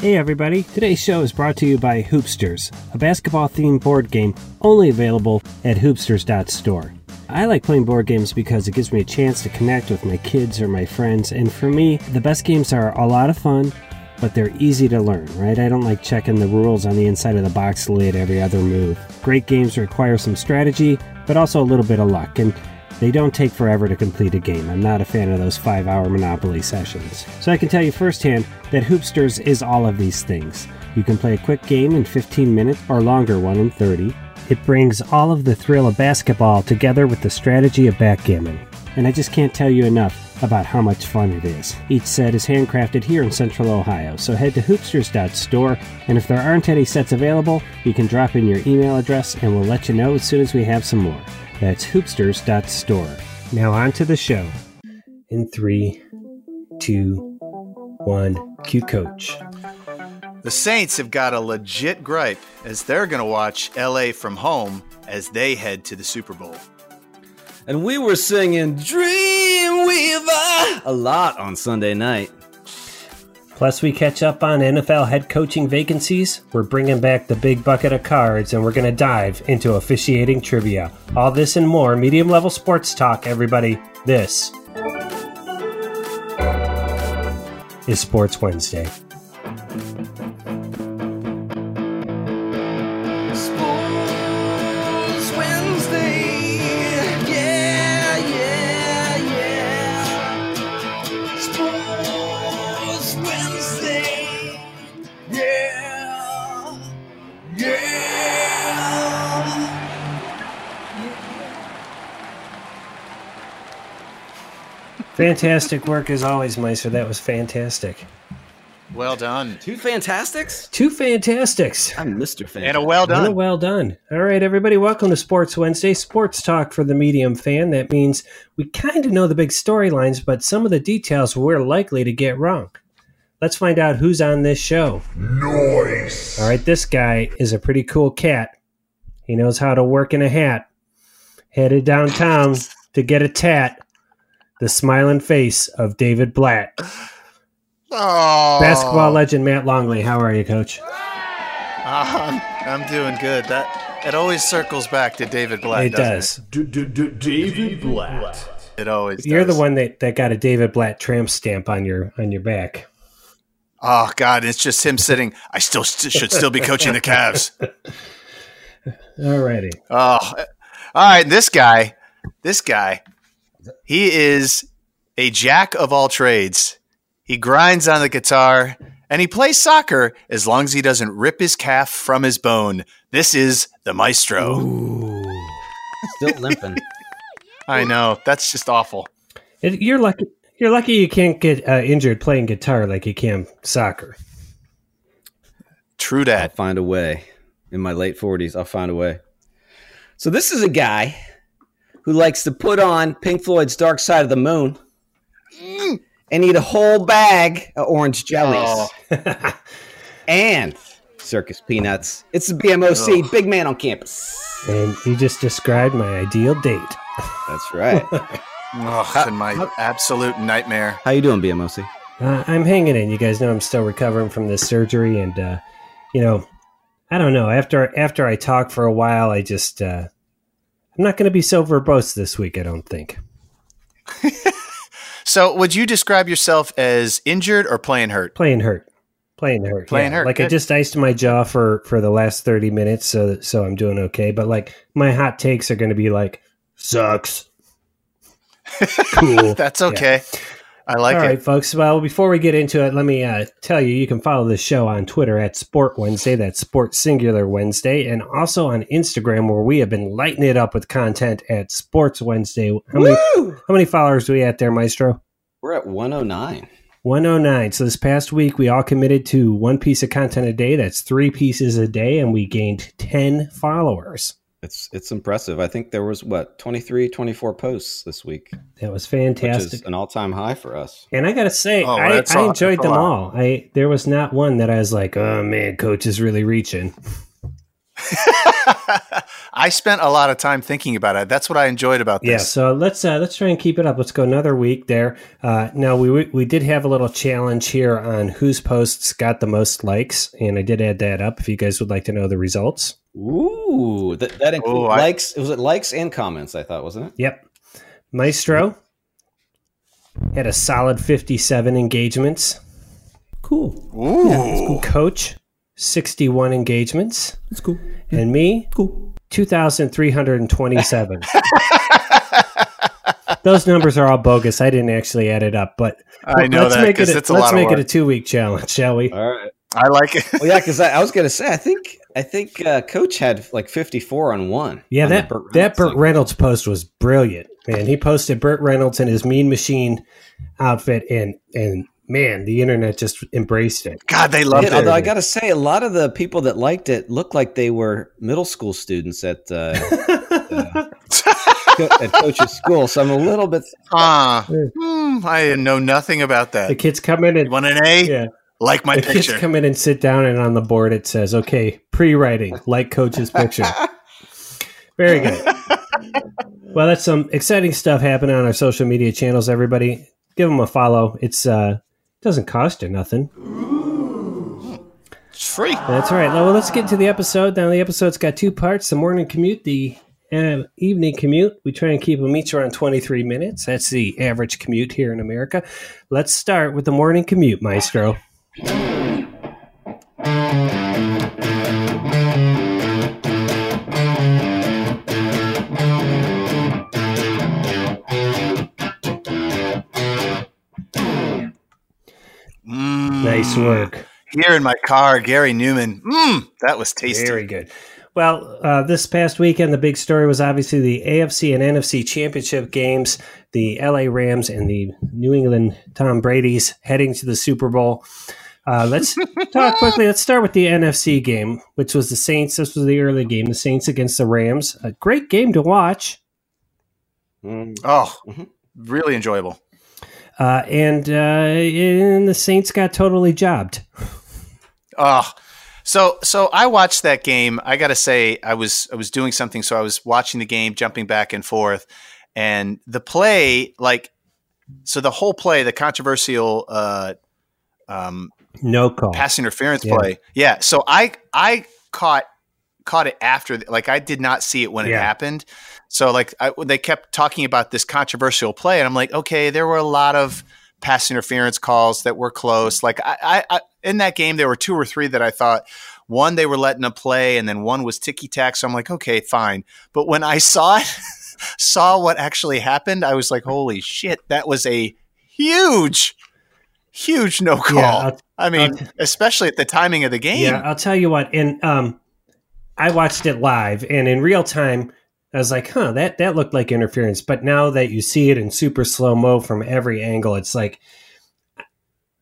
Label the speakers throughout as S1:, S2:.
S1: Hey everybody, today's show is brought to you by Hoopsters, a basketball themed board game only available at hoopsters.store. I like playing board games because it gives me a chance to connect with my kids or my friends, and for me, the best games are a lot of fun, but they're easy to learn, right? I don't like checking the rules on the inside of the box lid every other move. Great games require some strategy, but also a little bit of luck, and they don't take forever to complete a game. I'm not a fan of those five hour Monopoly sessions. So I can tell you firsthand that Hoopsters is all of these things. You can play a quick game in 15 minutes or longer one in 30. It brings all of the thrill of basketball together with the strategy of backgammon. And I just can't tell you enough about how much fun it is. Each set is handcrafted here in Central Ohio, so head to hoopsters.store, and if there aren't any sets available, you can drop in your email address and we'll let you know as soon as we have some more. That's hoopsters.store. Now on to the show. In three, two, one, cue coach.
S2: The Saints have got a legit gripe as they're going to watch LA from home as they head to the Super Bowl.
S3: And we were singing Dreamweaver a lot on Sunday night.
S1: Plus, we catch up on NFL head coaching vacancies. We're bringing back the big bucket of cards, and we're going to dive into officiating trivia. All this and more, medium level sports talk, everybody. This is Sports Wednesday.
S4: Sports Wednesday. Yeah, yeah, yeah. Sports Wednesday. Yeah, yeah.
S1: Fantastic work as always, Meister. That was fantastic.
S2: Well done.
S3: Two fantastics?
S1: Two fantastics.
S3: I'm Mr. Fan.
S2: And a
S1: Well,
S2: well done.
S1: well done. All right, everybody, welcome to Sports Wednesday, sports talk for the medium fan. That means we kind of know the big storylines, but some of the details we're likely to get wrong. Let's find out who's on this show. Noise. All right, this guy is a pretty cool cat. He knows how to work in a hat. Headed downtown to get a tat. The smiling face of David Blatt.
S2: Oh,
S1: Basketball legend Matt Longley. How are you, coach?
S2: I'm, I'm doing good. That it always circles back to David Blatt.
S1: it
S2: doesn't
S1: does.
S5: David Blatt.
S2: It, It always.
S1: You're
S2: does.
S1: the one that, that got a David Blatt tramp stamp on your on your back.
S2: Oh God, it's just him sitting. I still st- should still be coaching the Cavs.
S1: Alrighty.
S2: Oh, all right. This guy, this guy, he is a jack of all trades. He grinds on the guitar and he plays soccer as long as he doesn't rip his calf from his bone. This is the maestro.
S3: Still limping.
S2: I know that's just awful.
S1: It, you're lucky. You're lucky you can't get uh, injured playing guitar like you can soccer.
S2: True
S3: I'll
S2: that.
S3: find a way. In my late 40s, I'll find a way. So this is a guy who likes to put on Pink Floyd's Dark Side of the Moon and eat a whole bag of orange jellies
S2: Oh.
S3: and circus peanuts. It's the BMOC, big man on campus.
S1: And you just described my ideal date.
S3: That's right.
S2: Ugh, and my absolute nightmare.
S3: How you doing, BMOC?
S1: Uh, I'm hanging in. You guys know I'm still recovering from this surgery, and uh, you know, I don't know. After after I talk for a while, I just uh, I'm not going to be so verbose this week. I don't think.
S2: So, would you describe yourself as injured or playing hurt?
S1: Playing hurt. Playing hurt.
S2: Playing
S1: yeah.
S2: hurt,
S1: Like I
S2: good.
S1: just iced my jaw for for the last thirty minutes, so so I'm doing okay. But like my hot takes are going to be like sucks. cool.
S2: That's okay. I like
S1: All
S2: it.
S1: right, folks. Well, before we get into it, let me uh, tell you you can follow this show on Twitter at Sport Wednesday. That's Sport Singular Wednesday. And also on Instagram, where we have been lighting it up with content at Sports Wednesday. How many, how many followers do we at there, Maestro?
S3: We're at 109.
S1: 109. So this past week, we all committed to one piece of content a day. That's three pieces a day, and we gained 10 followers.
S3: It's it's impressive. I think there was what 23, 24 posts this week,
S1: That was
S3: which
S1: fantastic.
S3: is an all-time high for us.
S1: and I gotta say,
S2: Oh,
S1: I,
S2: that's a-
S1: I
S2: that's
S1: enjoyed
S2: a
S1: them
S2: lot.
S1: all. I there was not one that I was like, "Oh man, coach is really reaching."
S2: I spent a lot of time thinking about it. That's what I enjoyed about
S1: Yeah,
S2: this.
S1: so let's uh, let's try and keep it up. Let's go another week there. Uh, now we we- we did have a little challenge here on whose posts got the most likes, and I did add that up. If you guys would like to know the results,
S3: Ooh, that, that includes
S2: Ooh, I-
S3: likes. It was it likes and comments. I thought, wasn't it?
S1: yep, Maestro had a solid fifty-seven engagements.
S6: Cool.
S2: Ooh.
S1: Coach sixty-one engagements,
S6: That's cool.
S1: and me
S6: Cool.
S1: two thousand three hundred and twenty-seven. Those numbers are all bogus. I didn't actually add it up, but
S2: I know
S1: let's
S2: that
S1: make it
S2: because
S1: a,
S2: it's a
S1: let's
S2: lot of
S1: make
S2: work.
S1: it
S2: Uh,
S1: a two-week challenge, shall we?
S3: All right.
S2: I like it.
S3: Well, yeah, because I, I was gonna say, I think I think uh, Coach had like 54 on one.
S1: Yeah,
S3: on
S1: that
S3: the
S1: that Burt
S3: thing.
S1: Reynolds post was brilliant, man. He posted Burt Reynolds in his Mean Machine outfit, and and man, the internet just embraced it.
S2: God, they
S3: Yeah,
S2: loved it.
S3: although I gotta say, a lot of the people that liked it looked like they were middle school students at uh, co- at Coach's school. So I'm a little bit.
S2: Huh. Hmm, I know nothing about
S1: The
S2: that.
S1: kids come in
S2: You
S1: and
S2: want an A?
S1: yeah,
S2: Like my
S1: the kids
S2: picture.
S1: come in and sit down, and on the board it says, "Okay, pre-writing, like coach's picture." Very good. well, that's some exciting stuff happening on our social media channels. Everybody, give them a follow. It's uh, doesn't cost you nothing.
S2: it's free.
S1: That's right. Now, Well, let's get to the episode. Now, the episode's got two parts the morning commute, the uh, evening commute. We try and keep them each around 23 minutes. That's the average commute here in America. Let's start with the morning commute, Maestro.
S2: Mm.
S1: Nice work.
S2: Here in my car, Gary Newman. Mmm, that was tasty.
S1: Very good. Well, uh, this past weekend, the big story was obviously the AFC and NFC championship games, the LA Rams and the New England Tom Brady's heading to the Super Bowl. Uh, let's talk quickly. Let's start with the NFC game, which was the Saints. This was the early game, the Saints against the Rams. A great game to watch.
S3: Mm,
S2: Oh,
S1: Mm-hmm.
S3: Mhm.
S2: really enjoyable.
S1: Uh, and, uh, and the Saints got totally jobbed.
S2: Oh, so so I watched that game. I gotta say, I was I was doing something, so I was watching the game, jumping back and forth, and the play, like, so the whole play, the controversial uh, um,
S1: No call.
S2: pass interference
S1: Oh. Yeah.
S2: play. Yeah. So I I caught caught it after th- like I did not see it when it
S1: Yeah.
S2: happened. So like I, they kept talking about this controversial play, and I'm like, okay, there were a lot of pass interference calls that were close. Like I, I, I in that game, there were two or three that I thought one they were letting them play, and then one was ticky tack. So I'm like, okay, fine. But when I saw it, saw what actually happened, I was like, holy shit, that was a huge, huge no call.
S1: Yeah, I'll
S2: I mean,
S1: Okay.
S2: especially at the timing of the game.
S1: Yeah, I'll tell you what. And um, I watched it live, and in real time, I was like, "Huh, that that looked like interference." But now that you see it in super slow mo from every angle, it's like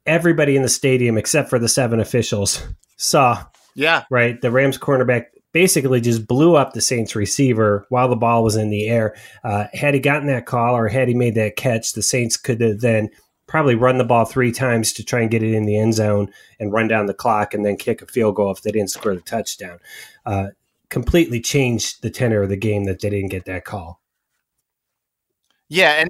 S1: everybody in the stadium except for the seven officials saw
S2: Yeah.
S1: right the Rams cornerback basically just blew up the Saints receiver while the ball was in the air. Uh, had he gotten that call or had he made that catch, the Saints could have then probably run the ball three times to try and get it in the end zone and run down the clock and then kick a field goal if they didn't score the touchdown. Uh, completely changed the tenor of the game that they didn't get that call.
S2: Yeah, and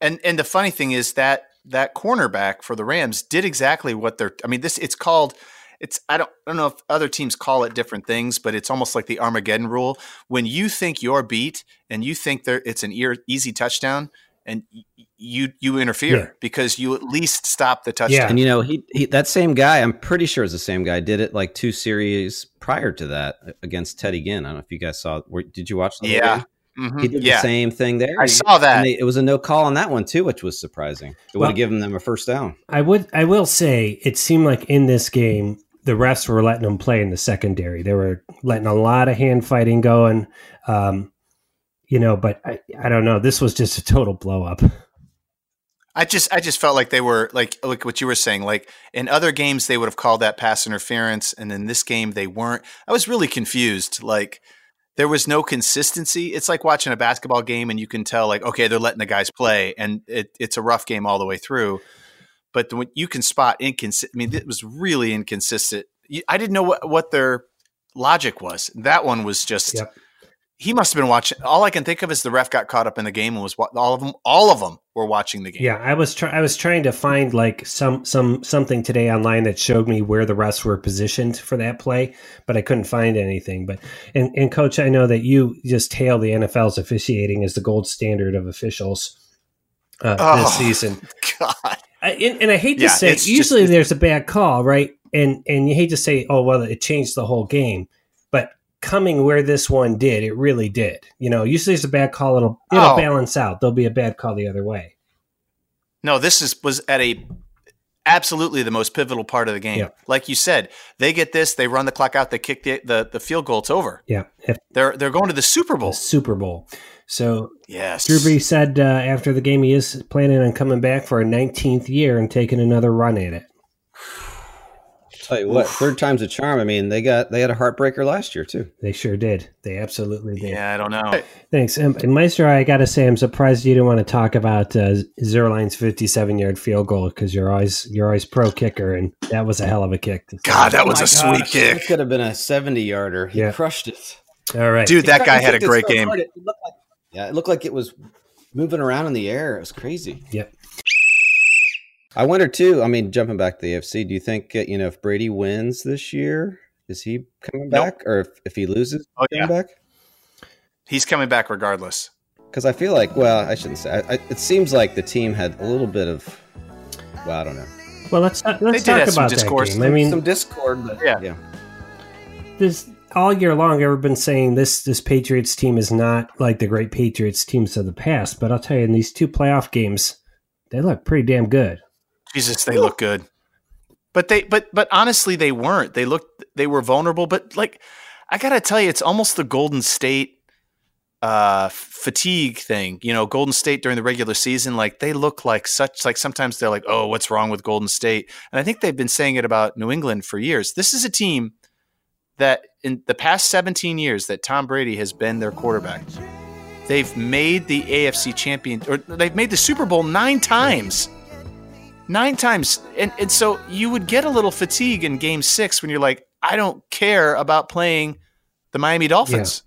S2: and and the funny thing is that that cornerback for the Rams did exactly what they're I mean, this it's called it's I don't I don't know if other teams call it different things, but it's almost like the Armageddon rule. When you think you're beat and you think there it's an ear, easy touchdown and y- you you interfere
S1: Yeah.
S2: because you at least stop the touchdown.
S3: And you know, he, he that same guy. I'm pretty sure it's the same guy. Did it like two series prior to that uh, against Teddy Ginn. I don't know if you guys saw. Where, did you watch? that
S2: Yeah.
S3: game?
S2: Mhm.
S3: he did
S2: yeah.
S3: the same thing there.
S2: I saw that.
S3: And they, it was a no call on that one too, which was surprising. It would
S1: Well-
S3: have given them a first down.
S1: I would I will say it seemed like in this game the refs were letting them play in the secondary. They were letting a lot of hand fighting going. Um, you know, but I, I don't know. This was just a total blow up.
S2: I just I just felt like they were like like what you were saying like in other games they would have called that pass interference and in this game they weren't. I was really confused like there was no consistency. It's like watching a basketball game and you can tell like okay they're letting the guys play and it, it's a rough game all the way through. But the, you can spot inconsistent. I mean it was really inconsistent. You- I didn't know what what their Logic was. That one was just.
S1: Yep.
S2: He must have been watching. All I can think of is the ref got caught up in the game and was wa- all of them. All of them were watching the game.
S1: Yeah, I was try- I was trying to find like some some something today online that showed me where the refs were positioned for that play, but I couldn't find anything. But and, and coach, I know that you just hail the NFL's officiating as the gold standard of officials uh, this
S2: Oh.
S1: season.
S2: God.
S1: I, and, and I hate
S2: Yeah,
S1: to say,
S2: it's just-
S1: usually there's a bad call, right? And and you hate to say, oh well, it changed the whole game, but coming where this one did, it really did. You know, usually there's a bad call, it'll it'll
S2: Oh.
S1: balance out. There'll be a bad call the other way.
S2: No, this is was at a absolutely the most pivotal part of the game.
S1: Yeah.
S2: Like you said, they get this, they run the clock out, they kick the the, the field goal. It's over.
S1: Yeah, if
S2: They're they're going to the Super
S1: the
S2: Bowl.
S1: Super Bowl. So
S2: Yes,
S1: Drew Brees said uh, after the game, he is planning on coming back for a 19th year and taking another run at it.
S3: Tell you what, third time's a charm. I mean, they got they had a heartbreaker last year too.
S1: They sure did. They absolutely did.
S2: Yeah, I don't know.
S1: Thanks. And, and Meister, I got to say, I'm surprised you didn't want to talk about uh, Zerline's 57 yard field goal because you're always you're always pro kicker, and that was a hell of a kick.
S2: God, that was
S3: My
S2: a sweet
S3: gosh,
S2: kick,
S3: That could have been a seventy-yarder. He
S1: Yeah.
S3: crushed it.
S1: All right,
S2: dude. That
S3: He
S2: guy
S3: kicked
S2: had a
S3: it so
S2: great game.
S3: hard, it looked like- yeah, it looked like it was moving around in the air. It was crazy.
S1: Yep.
S3: I wonder too. I mean, jumping back to the AFC, do you think uh, you know if Brady wins this year, is he coming
S2: Nope.
S3: back, or if, if he loses,
S2: Oh,
S3: coming back?
S2: He's coming back regardless.
S3: Because I feel like, well, I shouldn't say. I, I, it seems like the team had a little bit of, well, I don't know,
S1: Well, let's not, let's
S2: did
S1: talk
S2: have some
S1: about that
S2: discourse.
S1: game. I mean,
S3: some discord. But
S2: Yeah.
S3: yeah.
S1: this all year long I've been saying this this Patriots team is not like the great Patriots teams of the past, but I'll tell you in these two playoff games, they look pretty damn good.
S2: Jesus, they look good. But they but but honestly they weren't. They looked they were vulnerable, but like I got to tell you it's almost the Golden State uh fatigue thing. You know, Golden State during the regular season like they look like such like sometimes they're like, "Oh, what's wrong with Golden State?" And I think they've been saying it about New England for years. This is a team that in the past 17 years that Tom Brady has been their quarterback. They've made the AFC champion or they've made the Super Bowl 9 times nine times and, and so you would get a little fatigue in game six when you're like i don't care about playing the miami dolphins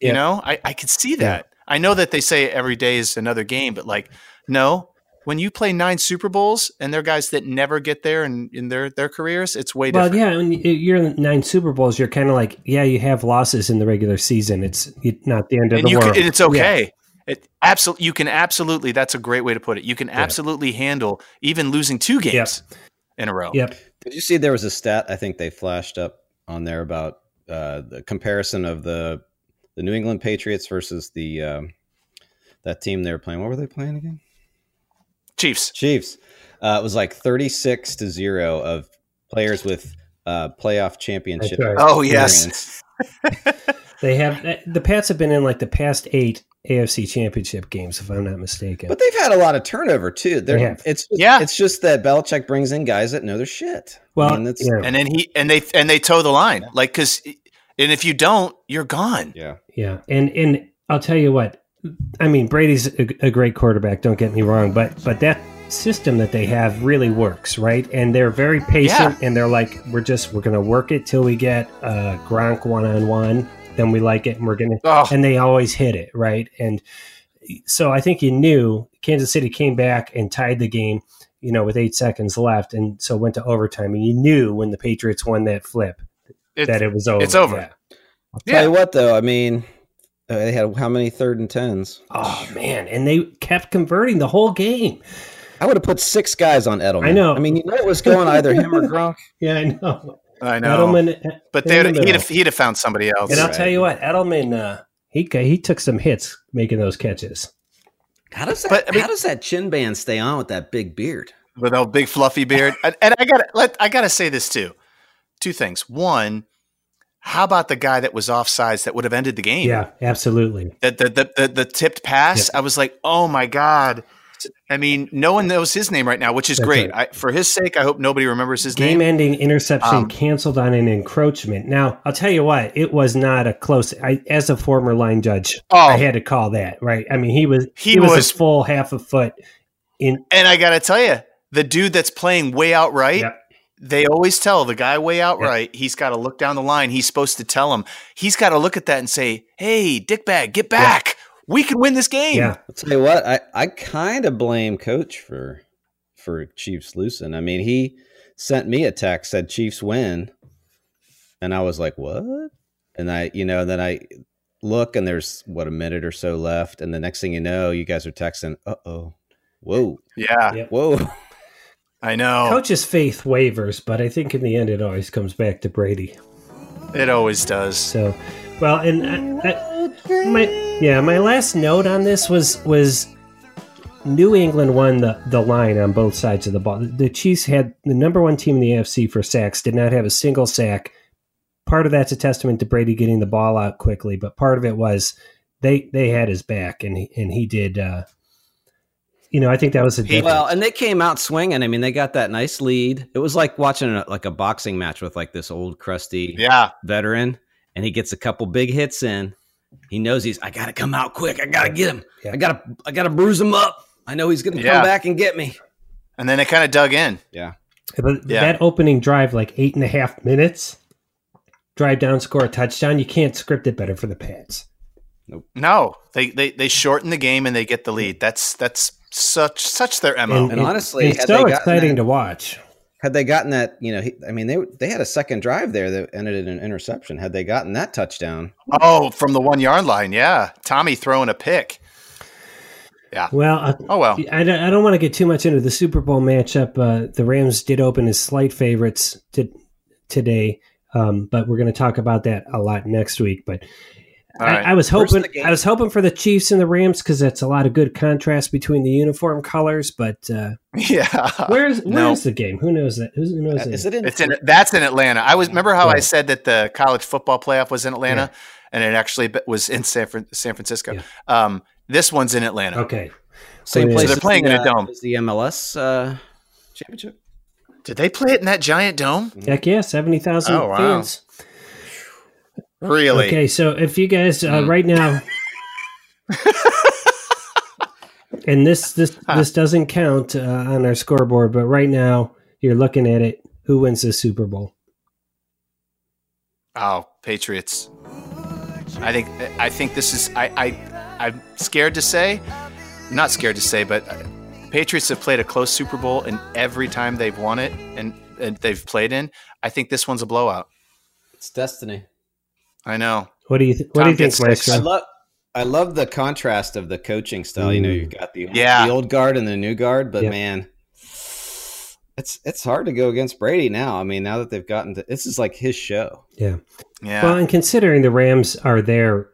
S2: you
S1: Yeah.
S2: know I, I could see that i know that they say every day is another game but like no when you play nine super bowls and they're guys that never get there in, in their, their careers it's way
S1: Well,
S2: different
S1: yeah, when you- you're in nine Super Bowls, you're kind of like, yeah, you have losses in the regular season. It's you- not the end of
S2: and
S1: the
S2: you
S1: world.
S2: can, and it's okay It, absolutely, you can absolutely. That's a great way to put it. You can absolutely handle even losing two games in a row.
S1: Yeah. Yep.
S3: Did you see there was a stat I think they flashed up on there about uh, the comparison of the the New England Patriots versus the um, that team they were playing. What were they playing again?
S2: Chiefs.
S3: Chiefs. Uh, it was like thirty six to zero of players with uh, playoff championship.
S1: That's right.
S2: Oh yes,
S3: experience.
S1: They have eh, the Pats have been in like the past eight AFC Championship games, if I'm not mistaken.
S3: but they've had a lot of turnover too. They're,
S1: They have.
S3: It's just,
S2: Yeah.
S3: It's just that Belichick brings in guys that know their shit.
S1: well,
S3: I mean, that's-
S1: yeah,
S2: and then he and they and they toe the line like because and if you don't you're gone
S3: yeah.
S1: yeah, and and I'll tell you what, I mean Brady's a, a great quarterback. Don't get me wrong, but but that system that they have really works, right? And they're very patient, and they're like, we're just we're gonna work it till we get uh, Gronk one on one, then we like it, and we're gonna
S2: oh
S1: and they always hit it right and so i think you knew kansas city came back and tied the game you know with eight seconds left and so went to overtime and you knew when the patriots won that flip that it was over
S2: it's over.
S1: Yeah.
S3: Tell you what though, I mean, uh, they had how many third and tens?
S1: oh man and they kept converting the whole game
S3: I would have put six guys on Edelman.
S1: I know.
S3: I mean, you know, it was going either him or Gronk.
S1: yeah i know
S2: i know
S1: edelman
S2: but
S1: in the
S2: they'd, he'd,
S1: middle.
S2: have, he'd have found somebody else
S1: and i'll
S3: right.
S1: tell you what edelman uh he, ca- he took some hits making those catches.
S3: How does that?
S2: But, I mean-
S3: how does that chin band stay on with that big beard?
S2: with a big fluffy beard and, and i gotta let i gotta say this too two things one how about the guy that was offsides that would have ended the game
S1: Yeah, absolutely.
S2: the the the, the, the tipped pass i was like oh my god I mean, no one knows his name right now, which is
S1: That's
S2: great. I, for his sake, I hope nobody remembers his name.
S1: game-ending interception
S2: Um,
S1: canceled on an encroachment. Now, I'll tell you what, it was not a close. I, as a former line judge,
S2: Oh.
S1: I had to call that right. I mean, he was
S2: He
S1: he, was,
S2: was-
S1: a full half a foot in.
S2: And I gotta tell you, the dude that's playing way outright,
S1: Yep.
S2: They always tell the guy way out right, he's got to look down the line. He's supposed to tell him. He's got to look at that and say, hey, dickbag, get back. We can win this game.
S1: Yeah.
S3: I'll tell you what, I, I kind of blame Coach for for Chiefs losing. I mean, he sent me a text said Chiefs win, and I was like, what? And I, you know, then I look and there's what a minute or so left, and the next thing you know, you guys are texting, uh oh, whoa,
S2: Yeah,
S1: Yep.
S3: whoa.
S2: I know.
S1: Coach's faith wavers, but I think in the end it always comes back to Brady.
S2: It always does.
S1: So, well, and I, I, my yeah, my last note on this was was New England won the the line on both sides of the ball. The Chiefs had the number one team in the AFC for sacks, did not have a single sack. Part of that's a testament to Brady getting the ball out quickly, but part of it was they they had his back, and he, and he did. Uh, you know, I think that was a difference.
S3: Well, and they came out swinging. I mean, they got that nice lead. It was like watching a, like a boxing match with like this old crusty
S2: Yeah.
S3: veteran, and he gets a couple big hits in. He knows he's. I gotta come out quick. I gotta get him.
S1: Yeah.
S3: I gotta. I gotta bruise him up. I know he's gonna
S2: Yeah.
S3: come back and get me.
S2: And then it kind of dug in.
S1: But
S2: Yeah.
S1: that opening drive, like eight and a half minutes, drive down, score a touchdown. You can't script it better for the Pats.
S2: No, they, they they shorten the game and they get the lead. That's that's such such their mo.
S3: And honestly,
S1: it's
S3: had
S1: so
S3: they gotten
S1: exciting
S3: that-
S1: to watch.
S3: Had they gotten that, you know, he, I mean, they they had a second drive there that ended in an interception. Had they gotten that touchdown,
S2: oh, from the one yard line. Yeah, Tommy throwing a pick.
S1: Well, uh,
S2: Oh well.
S1: I, don't, I don't want to get too much into the Super Bowl matchup. Uh, the Rams did open as slight favorites to, today, um, but we're going to talk about that a lot next week. But
S2: All
S1: I,
S2: right.
S1: I was
S3: Where's
S1: hoping
S3: the game?
S1: I was hoping for the Chiefs and the Rams because that's a lot of good contrast between the uniform colors. But uh,
S2: yeah.
S1: where's where's
S2: no.
S1: the game? Who knows that? Who knows?
S3: Uh, is it in?
S2: It's in that's in Atlanta. I was remember how I
S1: Right.
S2: said that the college football playoff was in Atlanta, and it actually be- was in San Fran- San Francisco.
S1: Yeah.
S2: Um, this onene's in Atlanta.
S1: Okay.
S3: Same
S1: So
S3: place.
S2: they're
S3: as
S2: playing
S3: the,
S2: in a
S3: uh,
S2: dome.
S3: as the MLS uh, championship.
S2: Did they play it in that giant dome?
S1: Heck yeah, seventy thousand
S2: Oh, wow.
S1: fans.
S2: Really?
S1: Okay, so if you guys uh,
S2: Hmm.
S1: right now, and this this this doesn't count uh, on our scoreboard, but right now you're looking at it. Who wins the Super Bowl?
S2: Oh, Patriots. I think I think this is I I I'm scared to say, not scared to say, but uh, Patriots have played a close Super Bowl and every time they've won it and, and they've played in, I think this one's a blowout.
S3: It's destiny.
S2: I know.
S1: What do you th- What do
S2: Tom
S1: you think,
S2: gets six.
S3: I
S1: Maestro?
S3: love I love the contrast of the coaching style. You know, you've got the
S2: Yeah.
S3: the old guard and the new guard, but
S1: Yeah.
S3: man, it's it's hard to go against Brady now. I mean, now that they've gotten to this is like his show.
S1: Yeah.
S2: Yeah.
S1: Well, and considering the Rams are there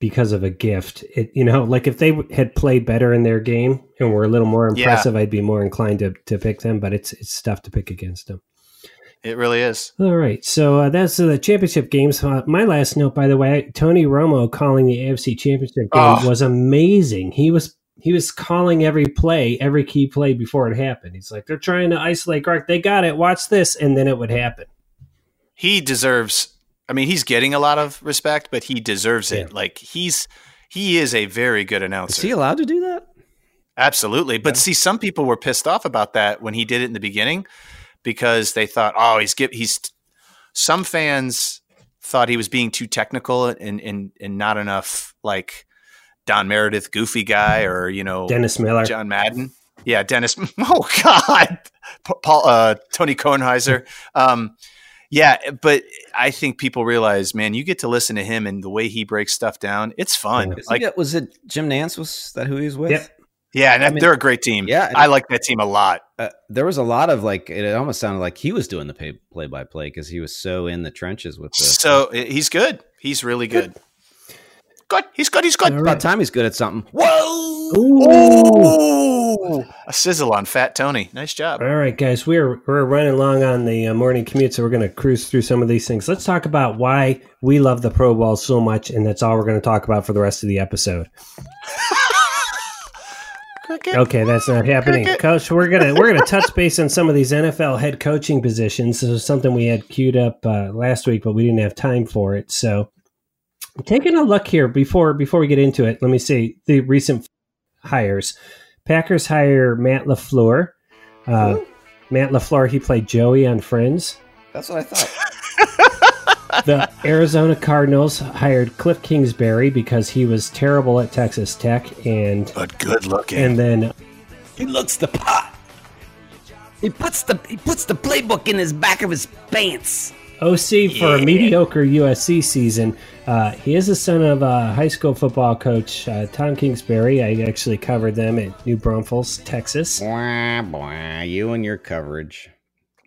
S1: because of a gift, it you know, like if they had played better in their game and were a little more
S2: Yeah.
S1: impressive, I'd be more inclined to to pick them. But it's it's tough to pick against them.
S2: it really is.
S1: All right, so uh, that's the championship games. Uh, my last note, by the way, Tony Romo calling the AFC Championship game
S2: Oh.
S1: was amazing. He was he was calling every play, every key play before it happened. He's like, they're trying to isolate Gronk. They got it. Watch this, and then it would happen.
S2: He deserves I mean, he's getting a lot of respect, but he deserves it. Like he's he is a very good
S3: Is
S2: announcer.
S3: he allowed to do that?
S2: Absolutely. But see, some people were pissed off about that when he did it in the beginning because they thought, oh, he's give he's some fans thought he was being too technical and and and not enough like Don Meredith goofy guy or you know
S1: Dennis Miller.
S2: Oh, John Madden. Yeah, Dennis. Oh God, Pa- Paul, uh, Tony Kornheiser. Um, yeah, but I think people realize, man, you get to listen to him and the way he breaks stuff down. It's fun.
S1: Yeah.
S3: Is he
S2: Like,
S3: get- was it Jim Nance? Was that who he was with?
S1: Yep.
S2: yeah, and
S3: I mean-
S2: they're a great team.
S3: Yeah.
S2: I like that team a lot.
S3: Uh, there was a lot of like it almost sounded like he was doing the pay, play-by-play because he was so in the trenches with the
S2: So
S1: uh,
S2: i- he's good. He's really good. Good. He's good. He's good.
S1: All
S3: about
S1: right.
S3: time he's good at something. Whoa!
S1: Ooh.
S2: Ooh, a sizzle on Fat Tony. Nice job.
S1: All right, guys, we're we're running long on the uh, morning commute, so we're going to cruise through some of these things. Let's talk about why we love the Pro Bowl so much, and that's all we're going to talk about for the rest of the episode. Okay, that's not happening, Coach. We're gonna we're gonna touch base on some of these NFL head coaching positions. This is something we had queued up uh, last week, but we didn't have time for it. So, taking a look here before before we get into it, let me see the recent hires. Packers hire Matt Lafleur. Uh, Matt LaFleur, he played Joey on Friends.
S3: That's what I thought.
S1: The Arizona Cardinals hired Cliff Kingsbury because he was terrible at Texas Tech and
S2: But good looking.
S1: and then
S3: he looks the pot. He puts the he puts the playbook in his back of his pants.
S1: OC for a mediocre USC season. Uh, he is the son of a high school football coach, uh, Tom Kingsbury. I actually covered them at New Braunfels, Texas.
S3: Blah, blah, you and your coverage.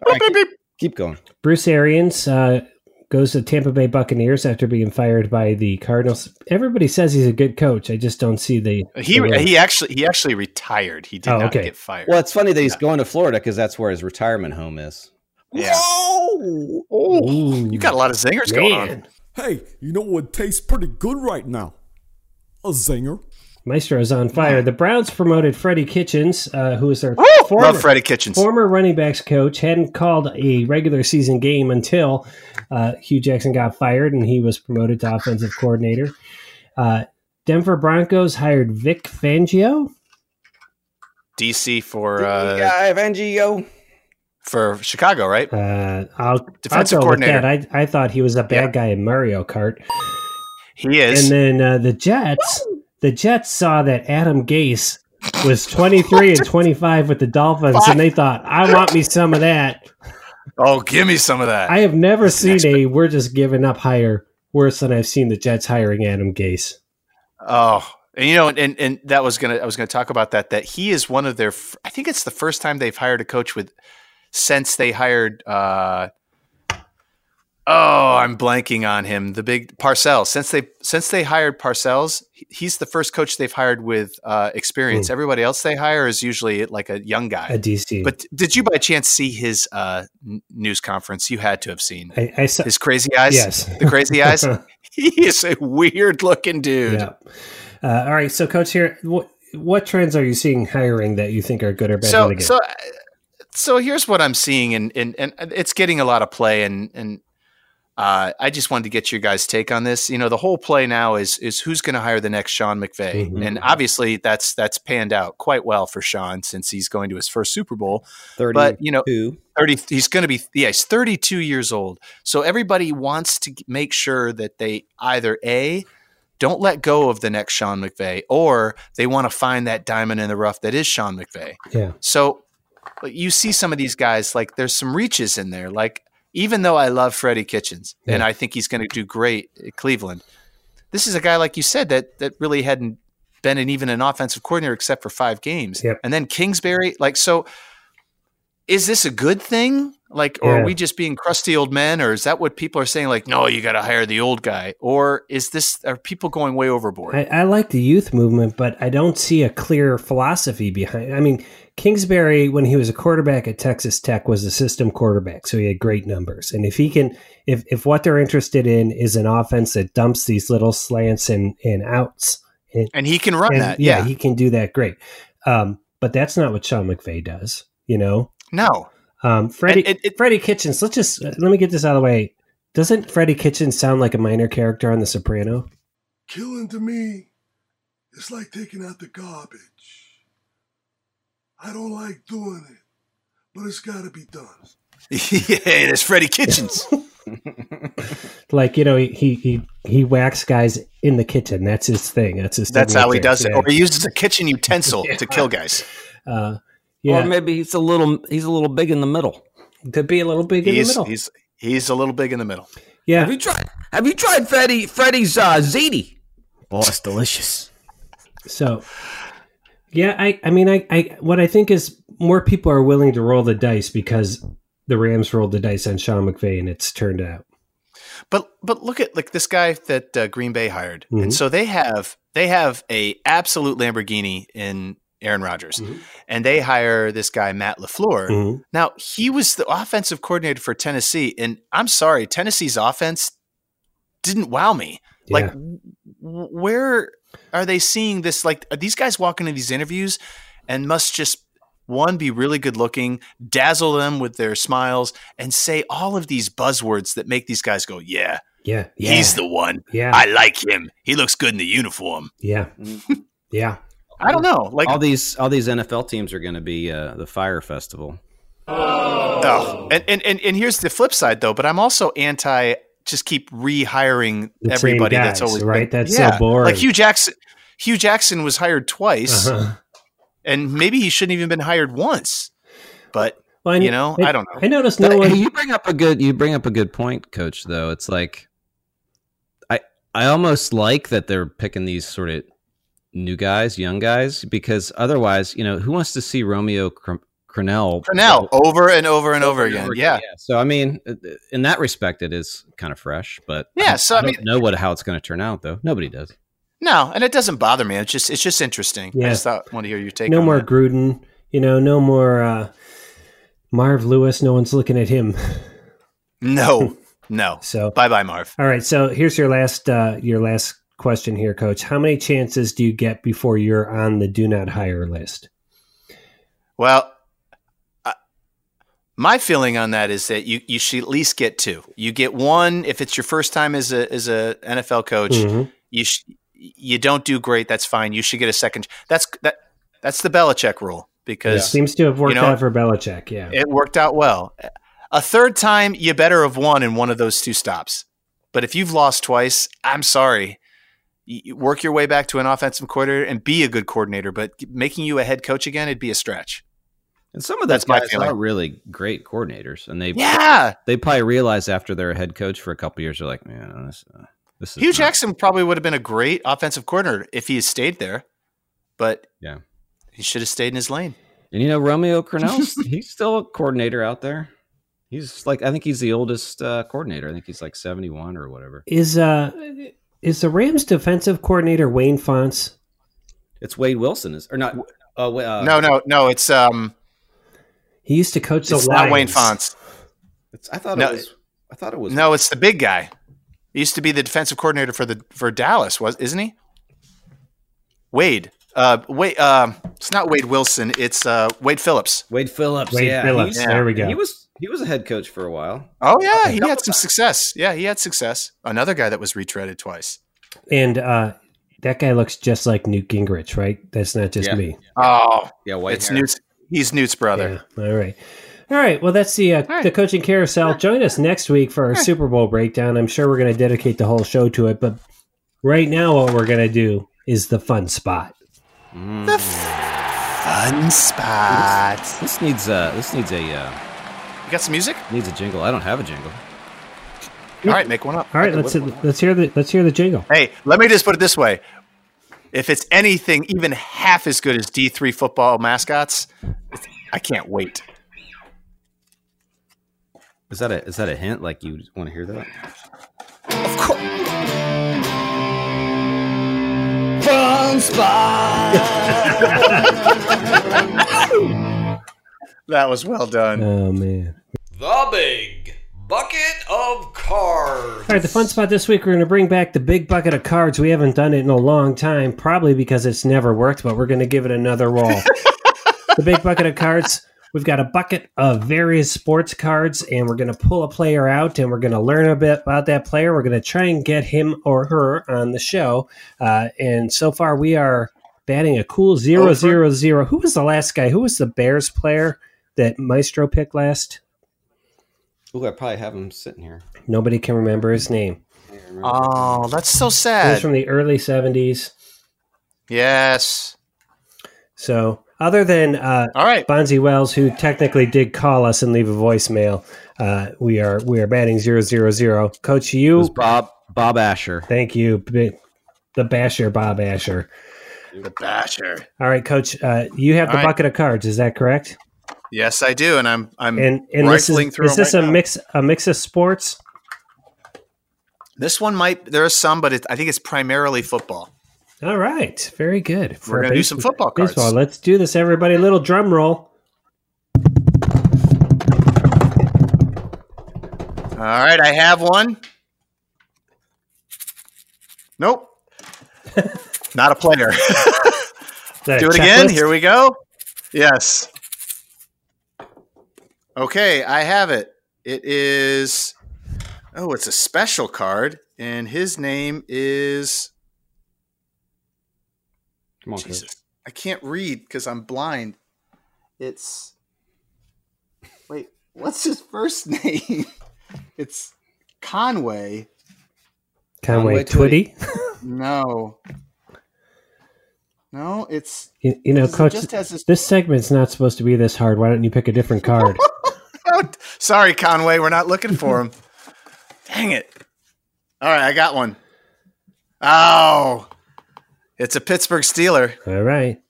S3: All right, keep, keep going.
S1: Bruce Arians uh, goes to Tampa Bay Buccaneers after being fired by the Cardinals. Everybody says he's a good coach. I just don't see the.
S2: he
S1: the-
S2: he actually he actually retired. He did
S1: Oh,
S2: not
S1: okay.
S2: get fired.
S3: Well, it's funny that he's going to Florida because that's where his retirement home is.
S2: Yeah.
S7: Whoa!
S1: Ooh,
S2: You got a lot of zingers going on.
S1: man.
S7: Hey, you know what tastes pretty good right now? A zinger.
S1: Maestro's on fire. The Browns promoted Freddie Kitchens, uh, who is their former,
S2: Love Freddie Kitchens.
S1: former running backs coach. Hadn't called a regular season game until uh, Hugh Jackson got fired and he was promoted to offensive coordinator. Uh, Denver Broncos hired Vic Fangio.
S2: DC for uh,
S3: I have NGO.
S2: for Chicago, right?
S1: Uh, I'll,
S2: Defensive
S1: I'll go with
S2: coordinator.
S1: that. I, I thought he was a bad
S2: Yeah.
S1: guy in Mario Kart.
S2: He is.
S1: And then uh, the Jets, the Jets saw that Adam Gase was 23 and 25 with the Dolphins, and they thought, "I want me some of that."
S2: oh, give me some of that.
S1: I have never seen a "We're just giving up" hire worse than I've seen the Jets hiring Adam Gase.
S2: Oh, and you know, and and that was gonna I was gonna talk about that. That he is one of their. f- I think it's the first time they've hired a coach with since they hired. uh Oh, I'm blanking on him. The big Parcells. Since they since they hired Parcells, he- he's the first coach they've hired with uh, experience.
S1: Hmm.
S2: Everybody else they hire is usually like a young
S1: A
S2: guy.
S1: DC,
S2: But did you by chance see his uh, n- news conference? You had to have seen
S1: I, I saw.
S2: his crazy eyes.
S1: Yes.
S2: the crazy eyes. he is a weird looking dude.
S1: Yeah. Uh, all right. So, Coach, here, what, what trends are you seeing hiring that you think are good or bad? for
S2: so
S1: the game?
S2: so so here's what I'm seeing, and and and it's getting a lot of play, and and uh, I just wanted to get your guys' take on this. You know, the whole play now is is who's going to hire the next Sean McVay,
S1: Mhm.
S2: and obviously that's that's panned out quite well for Sean since he's going to his first Super Bowl.
S3: 32.
S2: But you know, 30 he's going to be yeah he's 32 years old so everybody wants to g- make sure that they either a don't let go of the next sean mcveigh or they want to find that diamond in the rough that is sean mcveigh
S1: Yeah.
S2: so but you see some of these guys like there's some reaches in there like even though i love freddie kitchens and
S1: Yeah.
S2: i think he's going to do great at cleveland this is a guy like you said that that really hadn't been an, even an offensive coordinator except for five games
S1: Yep.
S2: and then kingsbury like so is this a good thing? Like, or
S1: Yeah.
S2: are we just being crusty old men, or is that what people are saying? Like, no, you got to hire the old guy, or is this are people going way overboard?
S1: I, I like the youth movement, but I don't see a clear philosophy behind. I mean, Kingsbury, when he was a quarterback at Texas Tech, was a system quarterback, so he had great numbers. And if he can, if if what they're interested in is an offense that dumps these little slants and and outs,
S2: and he can run
S1: and
S2: that, yeah.
S1: he can do that great. Um, but that's not what Sean McVay does, you know.
S2: no,
S1: Um, Freddie
S2: And it- it-
S1: Freddie Kitchens. Let's just let me get this out of the way. Doesn't Freddie Kitchens sound like a minor character on The Soprano?
S8: Killing to me is like taking out the garbage. I don't like doing it, but it's gotta be done.
S2: yeah, it's Freddie Kitchens.
S1: like you know he he he whacks guys in the kitchen that's his thing that's his
S2: That's how he
S1: signature.
S2: does it,
S1: yeah.
S2: or he uses a kitchen utensil to kill guys.
S1: uh, yeah
S3: Or maybe he's a little he's a little big in the middle.
S1: to be a little big in the
S2: He's
S1: middle
S2: he's he's a little big in the middle.
S1: yeah
S3: Have you tried Have you tried Freddy Freddy's uh, ziti? Oh, it's delicious.
S1: so yeah i i mean I, I what i think is more people are willing to roll the dice because the rams rolled the dice on sean mcvay and it's turned out
S2: But but look at like this guy that uh, Green Bay hired,
S1: Mhm.
S2: and so they have they have a absolute Lamborghini in Aaron Rodgers,
S1: Mhm.
S2: and they hire this guy Matt Lafleur.
S1: Mhm.
S2: Now he was the offensive coordinator for Tennessee, and I'm sorry, Tennessee's offense didn't wow me. Like,
S1: Yeah.
S2: w- where are they seeing this? Like, are these guys walking into these interviews and must just one be really good looking, dazzle them with their smiles, and say all of these buzzwords that make these guys go, "Yeah,
S1: yeah yeah
S2: he's the one.
S1: yeah
S2: I like him. He looks good in the uniform."
S1: yeah yeah
S2: I don't know. Like,
S3: all these all these NFL teams are going to be uh, the fire festival.
S2: Oh, and, and and and here's the flip side though. But I'm also anti just keep rehiring
S1: The same
S2: everybody. that's
S1: guys,
S2: always been-
S1: right. That's so boring.
S2: Like Hugh Jackson. Hugh Jackson was hired twice,
S1: Uh-huh.
S2: and maybe he shouldn't even been hired once. But
S1: Well, I
S2: You
S1: kn-
S2: know, I don't know.
S1: I noticed no
S3: That-
S1: one.
S3: you bring up a good you bring up a good point, coach though. It's like I I almost like that they're picking these sort of new guys, young guys because otherwise, you know, who wants to see Romeo Cr- Crennel
S2: Cornell over and over and over, again. Yeah.
S3: So I mean, uh, in that respect it is kind of fresh, but
S2: Yeah, so, I
S3: don't
S2: mean-
S3: know what how it's going to turn out though. Nobody does.
S2: No, and it doesn't bother me. It's just it's just interesting. I
S1: Yeah.
S2: just thought want to hear your take.
S1: no
S2: on
S1: more
S2: that.
S1: Gruden. You know, no more uh, Marv Lewis. No one's looking at him.
S2: No, no.
S1: So,
S2: Bye, bye, Marv.
S1: all right. So here's your last uh, your last question here, Coach. How many chances do you get before you're on the do not hire list?
S2: Well, I- my feeling on that is that you you should at least get two. You get one if it's your first time as a as a NFL coach.
S1: Mhm.
S2: You sh- you don't do great. That's fine. You should get a second. That's that that's the Belichick rule because
S1: Seems to have worked
S2: You know-
S1: out for Belichick. Yeah.
S2: it worked out well. A third time, you better have won in one of those two stops. But if you've lost twice, I'm sorry. Y- you Work your way back to an offensive coordinator and be a good coordinator. But making you a head coach again, it'd be a stretch.
S3: And some of those
S2: That's my
S3: guys
S2: feeling.
S3: are really great coordinators and they
S2: Yeah,
S3: they probably realize after they're a head coach for a couple years they're like, man, this, uh, this is
S2: Hugh
S3: not-
S2: Jackson probably would have been a great offensive coordinator if he had stayed there, but
S3: Yeah.
S2: he should have stayed in his lane.
S3: And you know, Romeo Cornell, he's still a coordinator out there. He's like, I think he's the oldest uh, coordinator. I think he's like 71 or whatever.
S1: Is uh is the Rams defensive coordinator Wayne Fonts?
S3: It's Wade Wilson, is or not? Uh, Wa- uh,
S2: no, no, no. It's um,
S1: He used to coach the
S2: it's not Wayne
S1: Lions.
S2: Fonts.
S3: It's, I thought
S2: No.
S3: it was. I thought it was.
S2: No, it's the big guy. He used to be the defensive coordinator for the for Dallas, was isn't he? Wade. Uh, wait. Um, it's not Wade Wilson. It's uh, Wade Phillips.
S3: Wade Phillips.
S1: Wade
S3: yeah,
S1: Phillips.
S2: he's-
S1: There we
S3: He,
S1: go.
S3: he was he was a head coach for a while.
S2: Oh yeah, he had some success. Yeah, he had success. Another guy that was retreaded twice.
S1: and uh, that guy looks just like Newt Gingrich, right? That's not just
S3: Yeah.
S1: me.
S2: Oh,
S3: Yeah, White.
S2: it's
S3: hair.
S2: Newt's. He's Newt's brother.
S1: Yeah. All right. All right. Well, that's the uh, the coaching carousel. Join us next week for our Super Bowl breakdown. I'm sure we're going to dedicate the whole show to it, but right now, what we're going to do is the fun spot.
S2: The fun spot.
S3: This needs uh this needs a uh,
S2: You got some music?
S3: needs a jingle. I don't have a jingle.
S2: All right, make one up.
S1: All right. Let's let's hear the let's hear the jingle.
S2: Hey, let me just put it this way. If it's anything even half as good as D3 football mascots, it's- I can't wait.
S3: Is that a is that a hint? Like you want to hear that?
S4: Fun spot.
S2: That was well done.
S1: Oh man.
S4: the big bucket of cards.
S1: All right, the fun spot this week, we're going to bring back the big bucket of cards. We haven't done it in a long time, probably because it's never worked, but we're going to give it another roll. the big bucket of cards, we've got a bucket of various sports cards, and we're going to pull a player out and we're going to learn a bit about that player. We're going to try and get him or her on the show. Uh, and so far, we are batting a cool zero zero zero. Who was the last guy? Who was the Bears player that Maestro picked last?
S3: Ooh, I probably have him sitting here.
S1: Nobody can remember his name.
S2: Oh, that's so
S1: He was
S2: sad.
S1: from the early 70s.
S2: Yes.
S1: So, other than uh,
S2: All right.
S1: Bonzi Wells, who technically did call us and leave a voicemail, uh, we are we are batting zero zero zero. Coach,
S3: It
S1: you
S3: was Bob Bob Asher.
S1: thank you, B- the Basher Bob Asher.
S2: The basher.
S1: All right, Coach, uh, you have the
S2: All right.
S1: bucket of cards. Is that correct?
S2: Yes, I do, and I'm I'm
S1: And and this
S2: rifling
S1: is
S2: through.
S1: is
S2: 'em
S1: this
S2: right
S1: a
S2: now.
S1: mix a mix of sports?
S2: This one might. There are some, but it, I think it's primarily football.
S1: All right, very good.
S2: We're gonna do
S1: base-
S2: some football cards.
S1: Baseball. Let's do this, everybody. Little drum roll.
S2: All right, I have one. Nope. Not a player.
S1: Is that a
S2: Do it again.
S1: checklist?
S2: Here we go. Yes. Okay, I have it. It is. Oh, it's a special card, and his name is.
S3: Come on, Coach.
S2: Jesus, I can't read because I'm blind. It's. Wait, what's his first name? It's Conway.
S1: Conway
S3: Conway
S1: Twitty.
S2: No. No, it's
S1: You, you know,
S2: it
S1: Coach,
S2: just has this-
S1: this segment's not supposed to be this hard. Why don't you pick a different card?
S2: Sorry, Conway, we're not looking for him. Dang it. All right, I got one. Oh. It's a Pittsburgh Steeler,
S1: All right.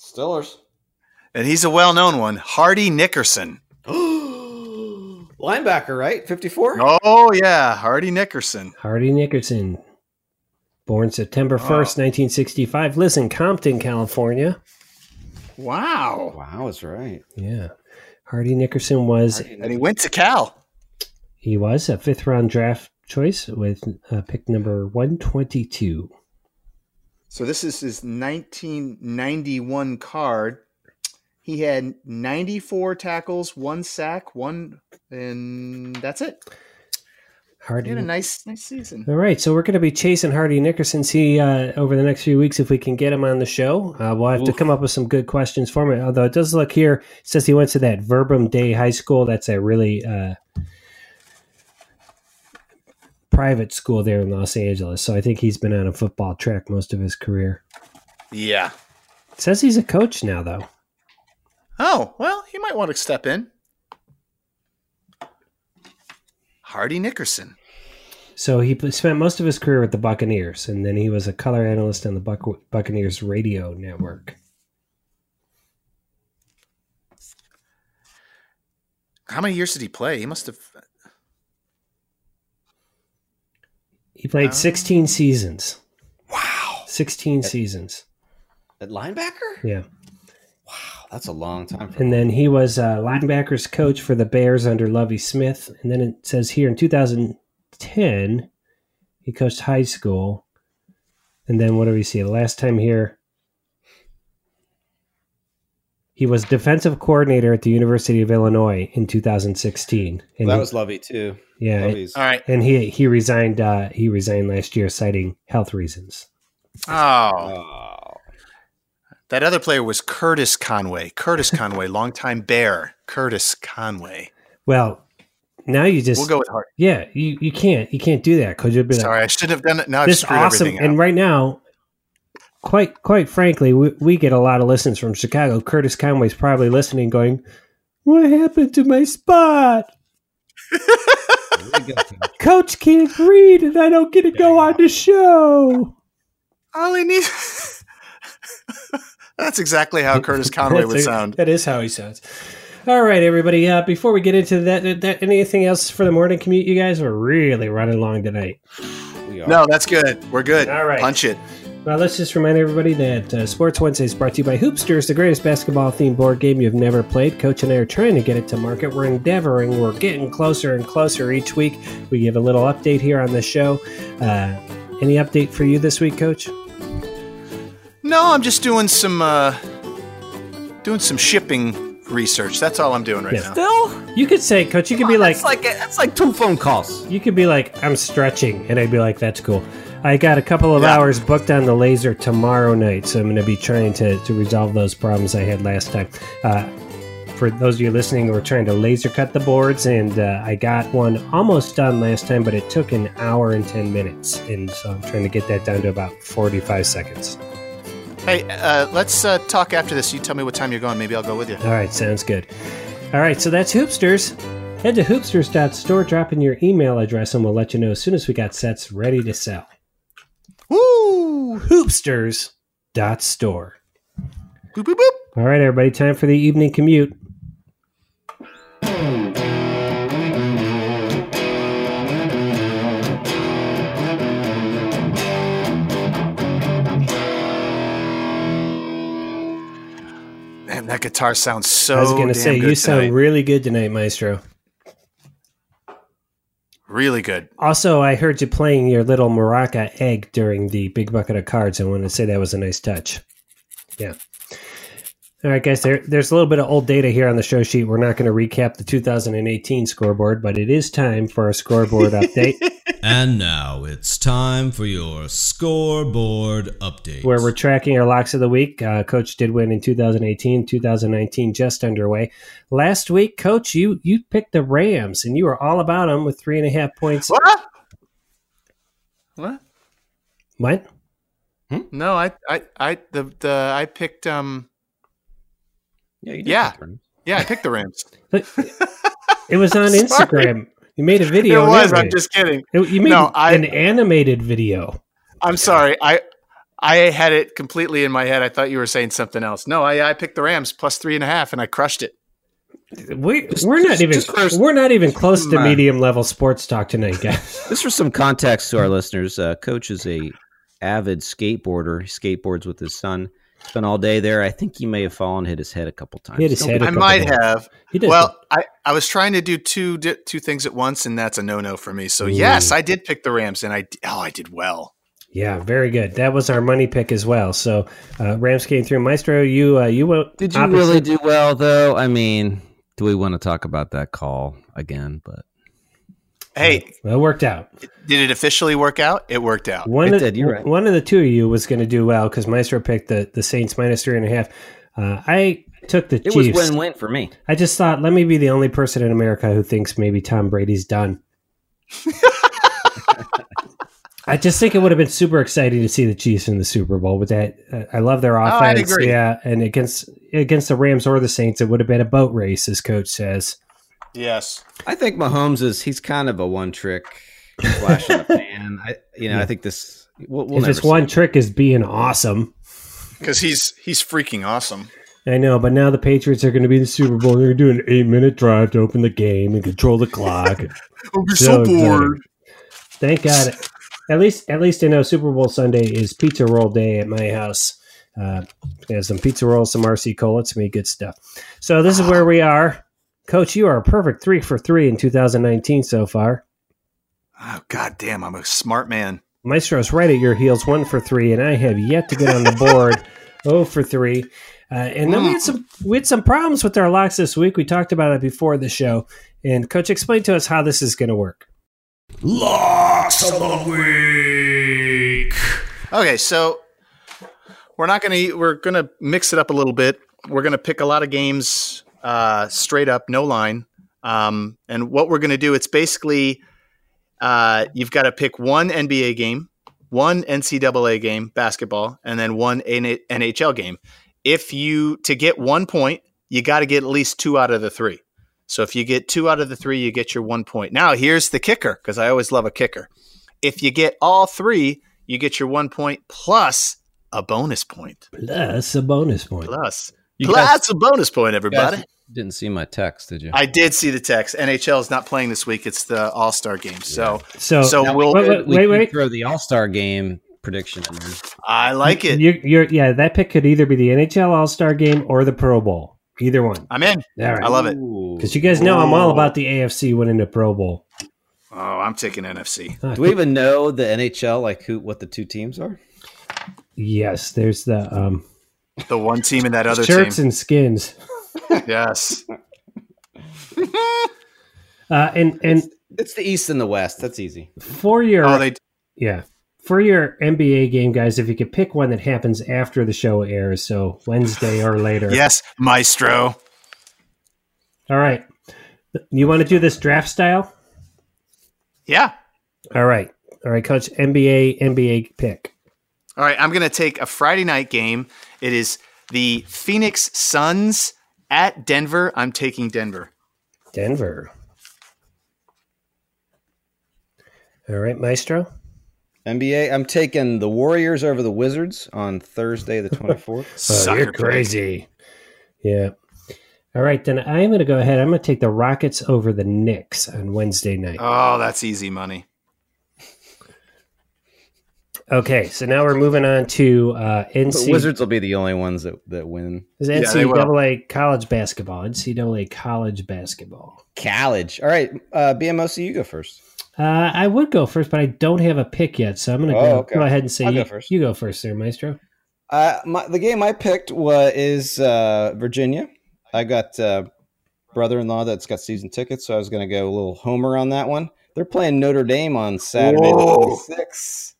S3: Stillers.
S2: and he's a well-known one, Hardy Nickerson.
S3: Linebacker, right? 54?
S2: Oh yeah, Hardy Nickerson.
S1: Hardy Nickerson, born September 1st, 1965, lives in Compton, California.
S2: Wow.
S3: Wow, that's right.
S1: Yeah. Hardy Nickerson was
S2: And he went to Cal.
S1: he was a fifth round draft choice with uh, pick number 122.
S2: So this is his 1991 card. He had 94 tackles, one sack, one, and that's it. He
S1: Hardy.
S2: had a nice, nice season.
S1: All right, so we're going to be chasing Hardy Nickerson. See uh, over the next few weeks if we can get him on the show. Uh, we'll have to come up with some good questions for him. Although it does look here it says he went to that Verbum Day High School. That's a really uh, private school there in Los Angeles. So I think he's been on a football track most of his career.
S2: Yeah.
S1: It says he's a coach now, though.
S2: Oh well, he might want to step in. Hardy Nickerson.
S1: So he pl- spent most of his career with the Buccaneers, and then he was a color analyst on the Buc- Buccaneers radio network.
S2: How many years did he play? He must have.
S1: He
S3: Oh.
S1: played 16 seasons. Wow. 16 seasons.
S3: At linebacker?
S1: Yeah.
S3: Wow, that's a long time. For
S1: And then he was uh, linebackers coach for the Bears under Lovey Smith. And then it says here in 2010, he coached high school. And then what do we see? The last time here, he was defensive coordinator at the University of Illinois in 2016. And
S3: that
S1: he-
S3: was Lovey, too.
S1: yeah,
S3: Lovey's.
S2: All right.
S1: and he he resigned. Uh, he resigned last year, citing health reasons. Uh,
S2: Oh,
S3: Oh.
S2: that other player was Curtis Conway. Curtis Conway, longtime Bear. Curtis Conway.
S1: Well, now you just
S2: We'll go with Hardy.
S1: yeah. You, you can't you can't do that because you'll be like,
S2: Sorry, I should have done it. Now I've
S1: this
S2: screwed
S1: awesome
S2: everything up.
S1: and right now quite quite frankly we, we get a lot of listens from chicago curtis conway's probably listening going what happened to my spot coach can't read and i don't get to go on the show
S2: All he needs. That's exactly how Curtis Conway
S1: That's
S2: would
S1: a-
S2: sound.
S1: that is how he sounds all right everybody uh, before we get into that, that, that anything else for the morning commute you guys are really running long tonight
S3: We are.
S2: No, that's good. We're good.
S1: All right.
S2: Punch it.
S1: Well, let's just remind everybody that uh, Sports Wednesday is brought to you by Hoopsters, the greatest basketball themed board game you've never played. Coach and I are trying to get it to market. We're endeavoring, we're getting closer and closer each week. We give a little update here on the show. Uh, any update for you this week, Coach?
S2: No, I'm just doing some uh, doing some shipping research. That's all I'm doing right
S1: Yes.
S2: now.
S3: Still?
S1: You could say, Coach, you could be like,
S3: That's like, that's like two phone calls.
S1: you could be like, I'm stretching, and I'd be like, that's cool. I got a couple of
S2: Yeah.
S1: hours booked on the laser tomorrow night, so I'm going to be trying to, to resolve those problems I had last time. Uh, for those of you listening, we're trying to laser cut the boards, and uh, I got one almost done last time, but it took an hour and 10 minutes, and so I'm trying to get that down to about 45 seconds.
S2: Hey, uh, let's uh, talk after this. You tell me what time you're going. Maybe I'll go with you.
S1: All right, sounds good. All right, so that's Hoopsters. Head to hoopsters.store, drop in your email address, and we'll let you know as soon as we got sets ready to sell.
S2: Woo!
S1: hoopsters.store.
S2: Boop boop boop.
S1: All right, everybody, time for the evening commute.
S2: Man, that guitar sounds so.
S1: I was going
S2: damn
S1: to say,
S2: good
S1: you sound
S2: tonight.
S1: really good tonight, Maestro.
S2: really good.
S1: Also, I heard you playing your little maraca egg during the big bucket of cards. I want to say that was a nice touch. Yeah. All right, guys, there, there's a little bit of old data here on the show sheet. We're not going to recap the 2018 scoreboard, but it is time for a scoreboard update.
S9: and now it's time for your scoreboard update.
S1: where we're tracking our locks of the week. Uh, Coach did win in 2018, 2019, just underway. Last week, Coach, you you picked the Rams, and you were all about them with three and a half points.
S2: What? What?
S1: What?
S2: No, I, I, I, the, the, I picked. Um,
S3: Yeah. You
S2: Yeah.
S3: pick Rams.
S2: yeah, I picked the Rams.
S1: It was on
S2: Sorry.
S1: Instagram. You made a
S2: it
S1: video. and
S2: was. I'm
S1: everything.
S2: just kidding.
S1: It- you made
S2: No, I-
S1: an animated video.
S2: I'm sorry. I, I had it completely in my head. I thought you were saying something else. No, I, I picked the Rams plus three and a half, and I crushed it.
S1: We, we're not
S3: just-
S1: even
S3: just first-
S1: we're not even close to
S3: Come on.
S1: medium level sports talk tonight, guys.
S3: Just for some context to our listeners, uh, Coach is a avid skateboarder. He skateboards with his son. Spent all day there. I think he may have fallen, hit his head a couple times.
S1: hit his
S3: Don't
S1: head.
S3: be-
S1: a
S2: I
S1: couple
S2: might
S1: times.
S2: have.
S1: He did.
S2: Well, I, I was trying to do two di- two things at once, and that's a no no for me. So yes, I did pick the Rams, and I d- oh I did well.
S1: Yeah, very good. That was our money pick as well. So uh, Rams came through. Maestro, you uh, you went.
S3: Did you
S1: opposite-
S3: really do well, though? I mean, do we want to talk about that call again? But
S2: Hey,
S1: Well, it worked out.
S2: did it officially work out? It worked out.
S1: One
S3: It
S1: of,
S3: did, you're right.
S1: One of the two of you was going to do well because Maestro picked the, the Saints minus three and a half. Uh, I took the
S3: it was
S1: Chiefs.
S3: win-win for me.
S1: I just thought, let me be the only person in America who thinks maybe Tom Brady's done. I just think it would have been super exciting to see the Chiefs in the Super Bowl with that. uh, I love
S3: Oh,
S1: their
S2: I
S1: offense.
S2: agree.
S1: Yeah, and against against the Rams or the Saints, it would have been a boat race, as Coach says.
S2: Yes.
S3: I think Mahomes is he's kind of a one trick flash in the pan. I you know I think this we'll, we'll
S1: if
S3: never
S1: it's
S3: see.
S1: one trick is being awesome.
S2: Because he's he's freaking awesome.
S1: I know, but now the Patriots are going to be in the Super Bowl. They're going to do an eight minute drive to open the game and control the clock.
S2: I'll be
S1: So bored. Thank God. At least, at least I know Super Bowl Sunday is pizza roll day at my house. Uh, there's some pizza rolls, some RC cola, some good stuff. So this is where we are, Coach. You are a perfect three for three in 2019 so far.
S2: Oh god damn, I'm a smart man.
S1: Maestro's right at your heels, one for three, and I have yet to get on the board. oh for three. Uh, and then we had some we had some problems with our locks this week. We talked about it before the show. And Coach, explain to us how this is going to work.
S5: Locks of the Week.
S2: Okay, so we're not gonna we're gonna mix it up a little bit. We're gonna pick a lot of games uh, straight up, no line. Um, and what we're gonna do, it's basically uh, you've got to pick one NBA game, one NCAA game, basketball, and then one N- NHL game. If you to get one point, you got to get at least two out of the three. So if you get two out of the three, you get your one point. Now here's the kicker, because I always love a kicker. If you get all three, you get your one point plus a bonus point.
S1: Plus a bonus point.
S2: Plus,
S3: You
S2: plus
S3: guys-
S2: a bonus point,
S3: you guys
S2: everybody.
S3: didn't see my text, did you?
S2: I did see the text. NHL is not playing this week. It's the All Star game. So,
S1: So,
S2: so we'll.
S1: wait, wait,
S3: we
S1: wait,
S3: can
S1: wait.
S3: throw the All Star game prediction in there.
S2: I like it.
S1: You're, you're, yeah, that pick could either be the NHL All Star Game or the Pro Bowl. Either one.
S2: I'm in.
S1: All
S2: I
S1: right.
S2: love it.
S1: Because you guys know I'm all about the AFC winning the Pro Bowl.
S2: Oh, I'm taking NFC.
S1: Ah,
S3: Do we even know the NHL like who what the two teams are?
S1: yes, there's the um,
S2: The one team and that other
S1: shirts
S2: team.
S1: and skins.
S2: yes.
S1: Uh, and and
S3: It's the East and the West. That's easy.
S1: for your
S2: Oh, they.
S1: yeah for your NBA game, guys, if you could pick one that happens after the show airs, so Wednesday or later.
S2: Yes, Maestro.
S1: All right. You want to do this draft style?
S2: Yeah.
S1: All right. All right, Coach. NBA NBA pick.
S2: All right, I'm going to take a Friday night game. It is the Phoenix Suns at Denver. I'm taking Denver.
S1: Oh, Denver. All right, Maestro. Oh,
S3: NBA. I'm taking the Warriors over the Wizards on Thursday the 24th.
S2: Sucker
S1: you're
S2: pick.
S1: crazy. Yeah. All right, then I'm going to go ahead. I'm going to take the Rockets over the Knicks on Wednesday night.
S3: Uh,
S2: Oh, that's easy money.
S1: Okay, so now we're moving on to uh,
S3: The
S1: NC,
S3: Wizards will be the only ones that, that win.
S1: is
S2: Yeah, they will.
S1: NCAA college basketball. NCAA college basketball.
S3: College. All right. Uh, BMOC, you go first.
S1: Uh, I would go first, but I don't have a pick yet, so I'm going to
S3: Oh,
S1: go,
S3: okay.
S1: go ahead and say
S3: I'll
S1: you,
S3: go first.
S1: you go first, there, Maestro.
S3: Uh, my, the game I picked was is uh, Virginia. I got uh, brother in law that's got season tickets, so I was going to go a little homer on that one. They're playing Notre Dame on Saturday
S2: Whoa.
S3: the 26th.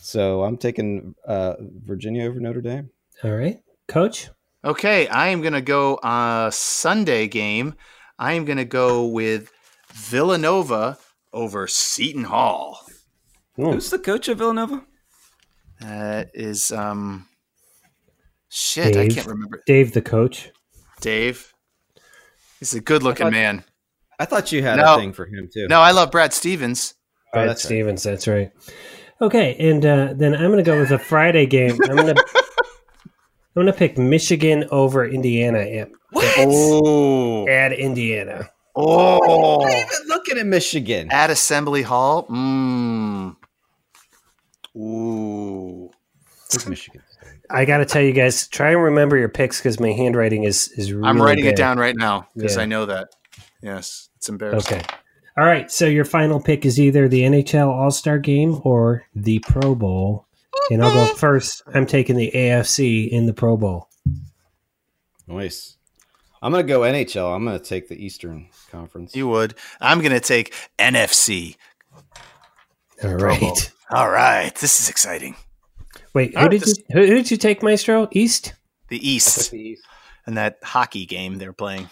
S3: So I'm taking uh, Virginia over Notre Dame.
S1: All right, coach.
S2: Okay, I am going to go uh, Sunday game. I am going to go with Villanova over Seton Hall.
S3: Who's the coach of Villanova?
S2: That is um, shit. I can't remember.
S1: Dave, the coach.
S2: Dave. He's a good-looking
S3: I thought-
S2: man.
S3: I thought you had
S2: No.
S3: a thing for him too.
S2: No, I love Brad Stevens.
S3: Oh,
S1: Brad
S3: that's right.
S1: Stevens. That's right. Okay, and uh, then I'm going to go with a Friday game. I'm going to I'm going to pick Michigan over Indiana at,
S2: Oh,
S1: at Indiana.
S3: I'm
S2: oh,
S3: even looking at Michigan.
S2: at Assembly Hall. Mmm. Ooh.
S3: It's Michigan.
S1: I got to tell you guys, try and remember your picks because my handwriting is is. Really
S2: I'm writing
S1: bad.
S2: it down right now because
S1: Yeah.
S2: I know that. Yes, it's embarrassing.
S1: Okay. All right. So your final pick is either the NHL All Star Game or the Pro Bowl. And I'll go first. I'm taking the AFC in the Pro Bowl.
S3: Nice. I'm gonna go NHL. I'm gonna take the Eastern Conference.
S2: You would. I'm going to take NFC.
S1: All
S2: Pro
S1: right.
S2: Bowl. All right. This is exciting.
S1: Wait,
S2: All
S1: who
S2: right,
S1: did you
S2: this-
S1: who, who did you take, Maestro? East?
S2: The
S3: I took
S2: East
S3: the East.
S2: and that hockey game they're playing.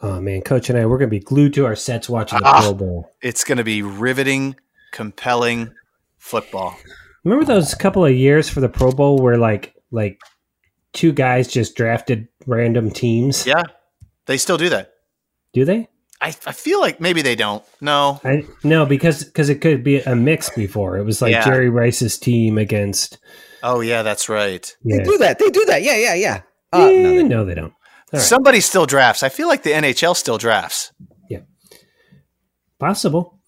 S1: Oh man, Coach and I, we're gonna be glued to our sets watching the
S2: Ah.
S1: Pro Bowl.
S2: It's going to be riveting, compelling football.
S1: Remember those couple of years for the Pro Bowl where like like two guys just drafted random teams?
S2: Yeah. They still do that.
S1: Do they?
S2: I, I feel like maybe they don't. No.
S1: I no, because because it could be a mix before. It was like
S2: Yeah.
S1: Jerry Rice's team against
S2: Oh, yeah, that's right.
S3: They do that. They do that. Yeah, yeah, yeah. Uh,
S1: Eh,
S3: no, they
S1: no,
S3: don't.
S1: they don't. All right.
S2: Somebody still drafts. I feel like the NHL still drafts.
S1: Possible.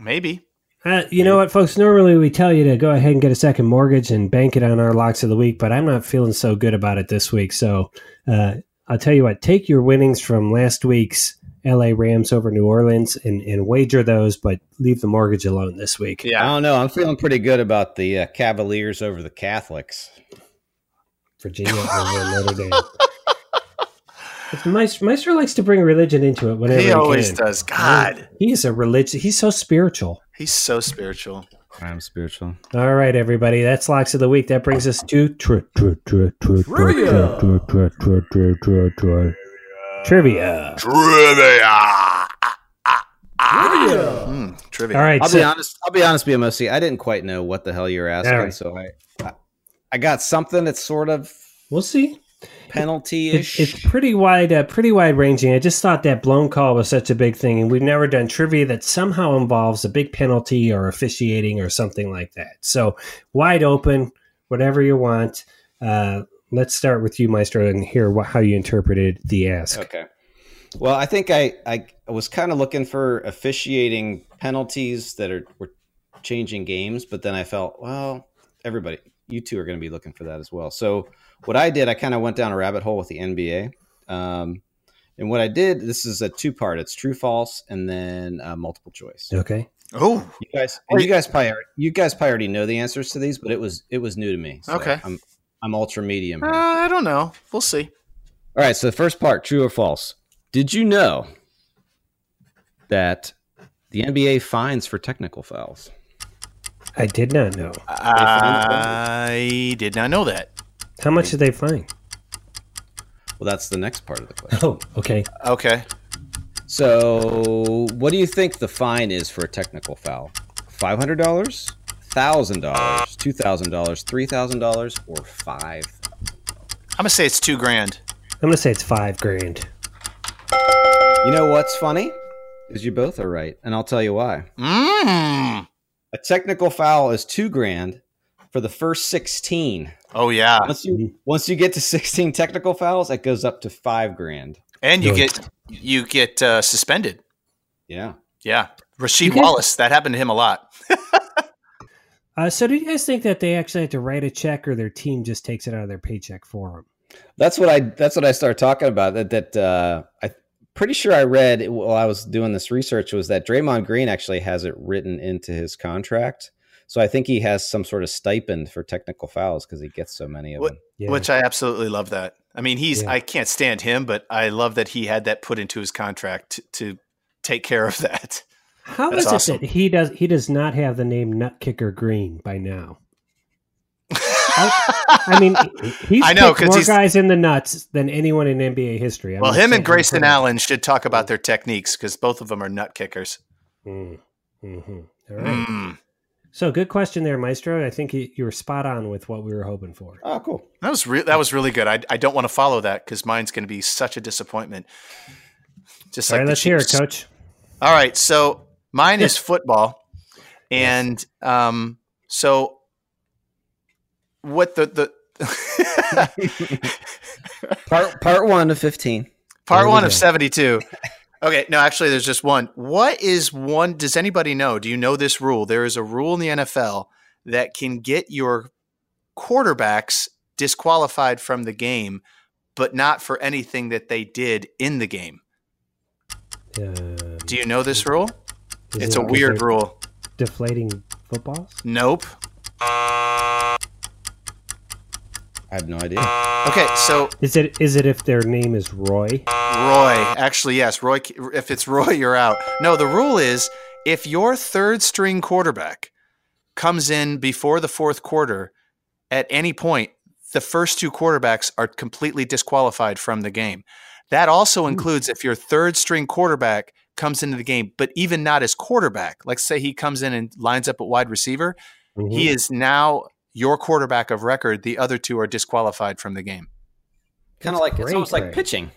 S2: Maybe.
S1: Uh, you know what, folks? Normally we tell you to go ahead and get a second mortgage and bank it on our locks of the week, but I'm not feeling so good about it this week. So uh, I'll tell you what: take your winnings from last week's L.A. Rams over New Orleans and, and wager those, but leave the mortgage alone this week.
S3: I
S2: Yeah.
S3: don't know. I'm feeling pretty good about the uh, Cavaliers over the Catholics.
S1: Virginia over Notre Dame. It's Maestro, Maestro likes to bring religion into it whenever
S2: He
S1: he
S2: always
S1: can.
S2: does. God,
S1: He is a religious. He's so spiritual.
S2: he's so spiritual.
S3: I'm spiritual.
S1: All right, everybody. That's locks of the week. That brings us to tri- tri- tri- tri- tri- tri- tri- tri- tri- tri- tri- tri- trivia.
S2: Trivia. Trivia. Mm, trivia.
S1: All right,
S3: I'll be
S1: so,
S3: honest. I'll be honest, BMOC. I didn't quite know what the hell you were asking,
S1: All right.
S3: so I, I, I got something that's sort of
S1: we'll see.
S3: penalty
S1: It's,
S3: ish.
S1: it's pretty wide, uh, pretty wide ranging. I just thought that blown call was such a big thing, and we've never done trivia that somehow involves a big penalty or officiating or something like that. So wide open, whatever you want. Uh, let's start with you, Maestro, and hear what, how you interpreted the ask.
S3: Okay. Well, I think I, I was kind of looking for officiating penalties that are were changing games, but then I felt, well, everybody, you two are going to be looking for that as well. So what I did, I kind of went down a rabbit hole with the NBA. Um, and what I did, this is a two part. It's true, false, and then uh, multiple choice.
S1: Okay.
S2: Oh,
S3: You guys, and you guys probably already- you guys probably already know the answers to these, but it was it was new to me. So
S2: Okay.
S3: I'm I'm ultra medium.
S2: uh,
S3: here.
S2: I don't know. We'll see.
S3: All right, so the first part, true or false. Did you know that the NBA fines for technical fouls?
S1: I did not know.
S2: I did not know that.
S1: How much did they find?
S3: Well, that's the next part of the question.
S1: Oh, okay.
S2: Okay.
S3: So, what do you think the fine is for a technical foul? $500, $1,000, $2,000, $3,000, or 5
S2: I'm gonna say it's two grand.
S1: I'm gonna say it's five grand.
S3: You know what's funny? Is you both are right, and I'll tell you why.
S2: Mm.
S3: A technical foul is 2 grand for the first 16.
S2: Oh yeah,
S3: once
S1: Mm-hmm.
S3: you once you get to 16 technical fouls it goes up to five grand
S2: and you
S1: Good.
S2: get you get uh, suspended.
S3: yeah
S2: Yeah, Rasheed
S1: get-
S2: Wallace. That happened to him a lot.
S1: Uh, so, do you guys think that they actually have to write a check, or their team just takes it out of their paycheck for them?
S3: that's what i that's what i started talking about that that uh i pretty sure i read while i was doing this research was that draymond green actually has it written into his contract so i think he has some sort of stipend for technical fouls because he gets so many of
S2: What-
S3: them
S1: Yeah.
S2: Which I absolutely love that. I mean, he's
S1: Yeah.
S2: I can't stand him, but I love that he had that put into his contract t- to take care of that.
S1: How is
S2: That's awesome.
S1: it that he does he does not have the name Nut Kicker Green by now? I, I mean, he's
S2: I know,
S1: kicked
S2: 'cause
S1: more
S2: he's-
S1: guys in the nuts than anyone in NBA history. I'm
S2: well,
S1: not
S2: him
S1: saying-
S2: and Grayson Allen should talk about their techniques because both of them are nut kickers.
S1: Mm, mhm. All right.
S2: Mm.
S1: So, good question there, Maestro. I think you, you were spot on with what we were hoping for.
S3: Oh, cool.
S2: That was re- that was really good. I, I don't want to follow that because mine's going to be such a disappointment. Just
S1: All
S2: like
S1: right,
S2: the
S1: let's hear it,
S2: Chiefs.
S1: Coach.
S2: All right, so mine is football, and um, so what the the
S3: Part part one of fifteen.
S2: part
S1: we
S2: one of
S1: go.
S2: seventy two. Okay, no, actually, there's just one. What is one? Does anybody know? Do you know this rule? There is a rule in the NFL that can get your quarterbacks disqualified from the game, but not for anything that they did in the game.
S1: Um,
S2: Do you know this rule?
S1: is it
S2: It's a
S1: because
S2: weird
S1: they're
S2: rule.
S1: Deflating footballs?
S2: Nope.
S3: I have no idea.
S2: Okay, so
S1: Is it is it if their name is Roy? Mm-hmm.
S2: Roy. Actually, yes, Roy. If it's Roy, you're out. No, the rule is if your third string quarterback comes in before the fourth quarter at any point, the first two quarterbacks are completely disqualified from the game. That also includes if your third string quarterback comes into the game, but even not as quarterback. Like say he comes in and lines up at wide receiver, he is now your quarterback of record. The other two are disqualified from the game.
S3: Kind of like
S1: great,
S3: it's almost
S1: Ray.
S3: like pitching.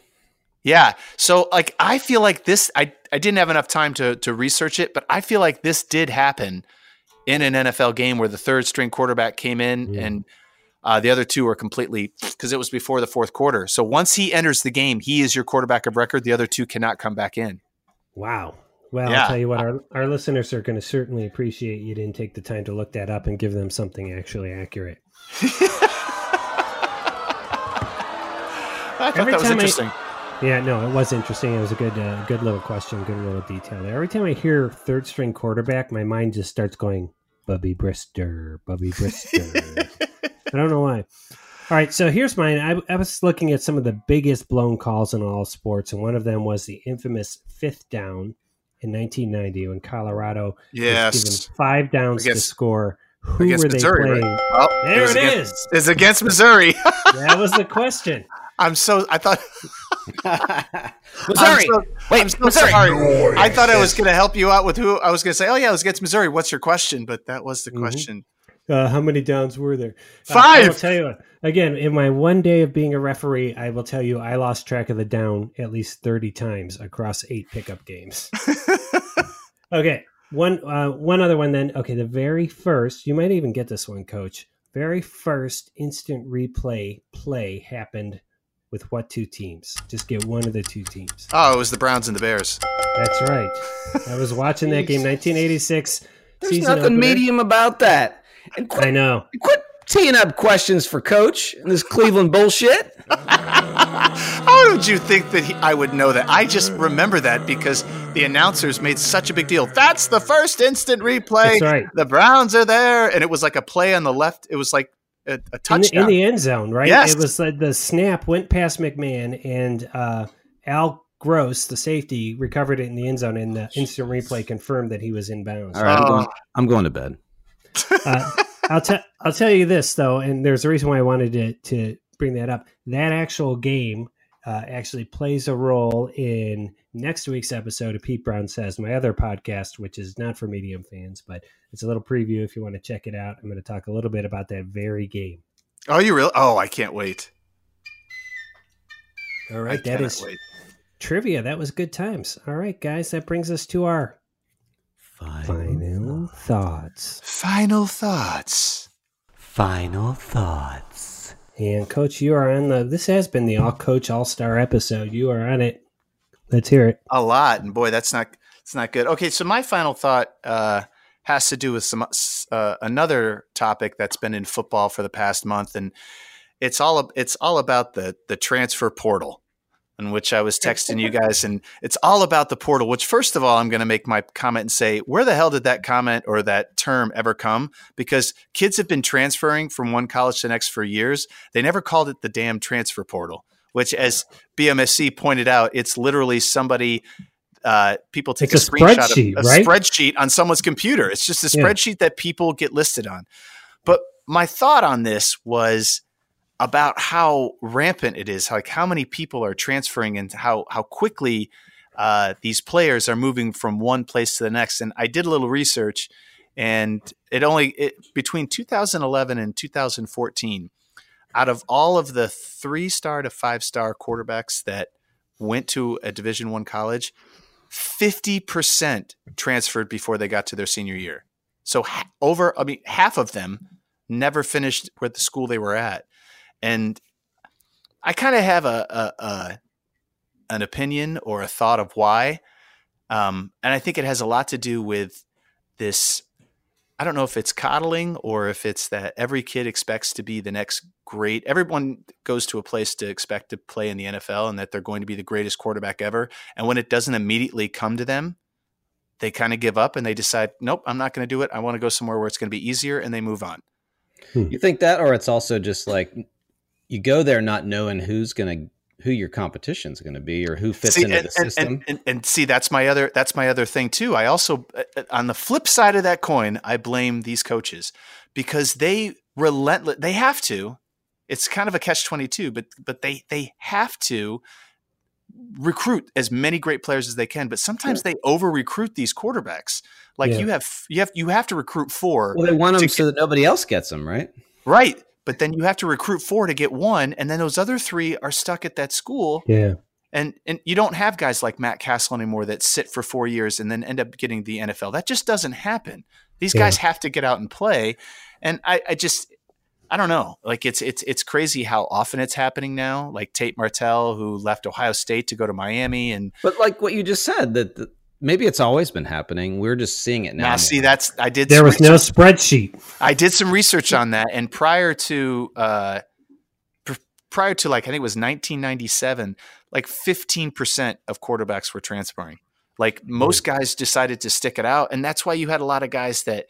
S2: Yeah. So like I feel like this I I didn't have enough time to to research it, but I feel like this did happen in an NFL game where the third string quarterback came in
S1: Mm.
S2: and uh, the other two were completely because it was before the fourth quarter. So once he enters the game, he is your quarterback of record. The other two cannot come back in.
S1: Wow. Well,
S2: Yeah.
S1: I'll tell you what, our, our listeners are going to certainly appreciate you didn't take the time to look that up and give them something actually accurate.
S2: I thought
S1: Every
S2: that was
S1: time I-
S2: interesting.
S1: Yeah, no, it was interesting. It was a good, uh, good little question, good little detail there. Every time I hear third string quarterback, my mind just starts going, Bubby Brister, Bubby Brister. I don't know why. All right, so here's mine. I, I was looking at some of the biggest blown calls in all sports, and one of them was the infamous fifth down in 1990 when Colorado was
S2: yes.
S1: given five downs to
S2: Against-
S1: score. Who were
S2: against
S1: they
S2: Missouri, right?
S1: playing?
S2: Oh,
S1: There
S2: was
S1: it
S2: against,
S1: is.
S2: It's against Missouri.
S1: That was the question.
S2: I'm so I thought
S3: Missouri.
S2: I'm so-
S3: Wait,
S2: I'm so
S3: Missouri.
S2: sorry. I thought I was going to help you out with who I was going to say. Oh yeah, it was against Missouri. What's your question? But that was the
S1: Mhm.
S2: question.
S1: Uh, how many downs were there? Uh, I will
S2: Five.
S1: tell you what, again. In my one day of being a referee, I will tell you I lost track of the down at least thirty times across eight pickup games. okay, one uh, one other one then. Okay, the very first you might even get this one, Coach. Very first instant replay play happened with what two teams? Just get one of the two teams.
S2: oh, it was the Browns and the Bears.
S1: That's right. I was watching that game, 1986
S3: There's
S1: season
S3: nothing
S1: opener.
S3: medium about that. And quit,
S1: I know.
S3: quit teeing up questions for Coach and this Cleveland bullshit.
S2: How did you think that he, I would know that? I just remember that because the announcers made such a big deal. That's the first instant replay.
S1: That's right.
S2: The Browns are there, and it was like a play on the left. It was like a, a
S1: in the,
S2: touchdown.
S1: in the end zone, right?
S2: Yes.
S1: It was like the snap went past McMahon, and uh, Al Gross, the safety, recovered it in the end zone, and the instant replay confirmed that he was in bounds.
S3: All right, I'm
S2: Oh.
S3: going, I'm going to bed.
S1: Uh, I'll tell I'll tell you this though, and there's a reason why I wanted to to bring that up. That actual game uh, actually plays a role in next week's episode of Pete Brown Says, my other podcast, which is not for medium fans, but it's a little preview if you want to check it out. I'm going to talk a little bit about that very game.
S2: oh, you really? Oh, I can't wait.
S1: All
S2: I
S1: right, that
S2: cannot
S1: is
S2: wait.
S1: trivia. That was good times. All right, guys, that brings us to our final thoughts.
S2: Final thoughts.
S3: Final thoughts.
S1: And coach, you are on the. This has been the All Coach All Star episode. You are on it. Let's hear it.
S2: a lot and boy that's not it's not good okay so my final thought uh has to do with some uh, another topic that's been in football for the past month and it's all ab- it's all about the the transfer portal in which I was texting you guys and it's all about the portal which first of all I'm going to make my comment and say where the hell did that comment or that term ever come because kids have been transferring from one college to next for years they never called it the damn transfer portal which as BMSC pointed out, it's literally somebody uh, people take
S1: It's
S2: a
S1: a
S2: screenshot
S1: spreadsheet,
S2: of a
S1: right?
S2: spreadsheet on someone's computer. It's just a
S1: Yeah.
S2: spreadsheet that people get listed on. But my thought on this was about how rampant it is, like how many people are transferring and how how quickly uh, these players are moving from one place to the next. And I did a little research, and it only it, between 2011 and 2014, out of all of the three star to five star quarterbacks that went to a Division One college, 50% transferred before they got to their senior year. So ha- over, I mean, half of them never finished with the school they were at. And I kind of have a, a, a an opinion or a thought of why. Um, and I think it has a lot to do with this. I don't know if it's coddling or if it's that every kid expects to be the next great. Everyone goes to a place to expect to play in the NFL and that they're going to be the greatest quarterback ever. And when it doesn't immediately come to them, they kind of give up and they decide, nope, I'm not going to do it. I want to go somewhere where it's going to be easier and they move on.
S3: You think that, or it's also just like you go there not knowing who's gonna who your competition's gonna be or who fits
S2: See,
S3: into
S2: and,
S3: the
S2: and-
S3: system.
S2: And, and, and see, that's my other that's my other thing too. I also uh, uh, on the flip side of that coin, I blame these coaches because they relentless. They have to. It's kind of a catch twenty two, but but they they have to recruit as many great players as they can. But sometimes they over recruit these quarterbacks. Like
S3: Yeah.
S2: you have you have you have to recruit four.
S3: well, they want
S2: to
S3: them so that nobody else gets them, right?
S2: Right. But then you have to recruit four to get one, and then those other three are stuck at that school.
S1: Yeah.
S2: And and you don't have guys like Matt Castle anymore that sit for four years and then end up getting the NFL. That just doesn't happen. These guys have to get out and play. And I, I just I don't know. Like it's it's it's crazy how often it's happening now. Like Tate Martell, who left Ohio State to go to Miami, and
S3: But like what you just said, that the, maybe it's always been happening. We're just seeing it now.
S2: now see that's I did
S1: There
S2: some
S1: was no
S2: research-
S1: spreadsheet.
S2: I did some research on that, and prior to uh, pr- prior to like I think it was 1997, like 15 percent of quarterbacks were transferring. Like
S3: Hmm.
S2: most guys decided to stick it out, and that's why you had a lot of guys that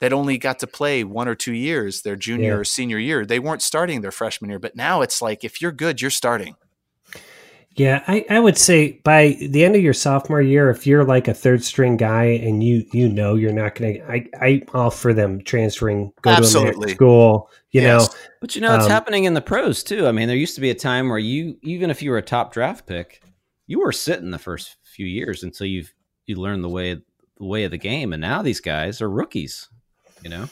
S2: that only got to play one or two years, their junior
S1: Yeah.
S2: or senior year. They weren't starting their freshman year, but now it's like if you're good, you're starting.
S1: Yeah, I, I would say by the end of your sophomore year, if you're like a third string guy and you you know you're not going to, I I'm all for them transferring, go to
S3: Absolutely.
S1: American school. You know,
S3: But you know, it's
S1: um,
S3: happening in the pros too. I mean, there used to be a time where you, even if you were a top draft pick, you were sitting the first few years until you've you learned the way the way of the game, and now these guys are rookies. You know,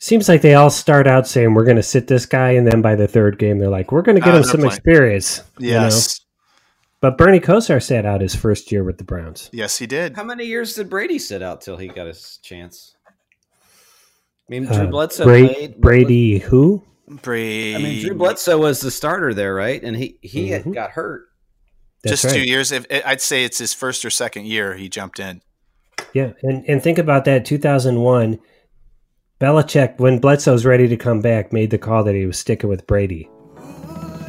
S1: seems like they all start out saying we're going to sit this guy, and then by the third game they're like we're going to
S2: Ah,
S1: get him
S2: they're
S1: some
S2: playing.
S1: experience.
S2: Yes.
S1: But Bernie Kosar sat out his first year with the Browns.
S2: Yes, he did.
S3: How many years did Brady sit out till he got his chance? I mean,
S1: Uh,
S3: Drew Bledsoe
S1: Bra-
S3: played.
S1: Brady, who?
S2: Brady.
S3: I mean, Drew Bledsoe was the starter there, right? And he he
S1: Mm-hmm.
S3: had got hurt.
S1: That's
S2: Just two
S1: right.
S2: years. If I'd say it's his first or second year, he jumped in.
S1: Yeah, and and think about that. Two thousand one, Belichick, when Bledsoe's ready to come back, made the call that he was sticking with Brady.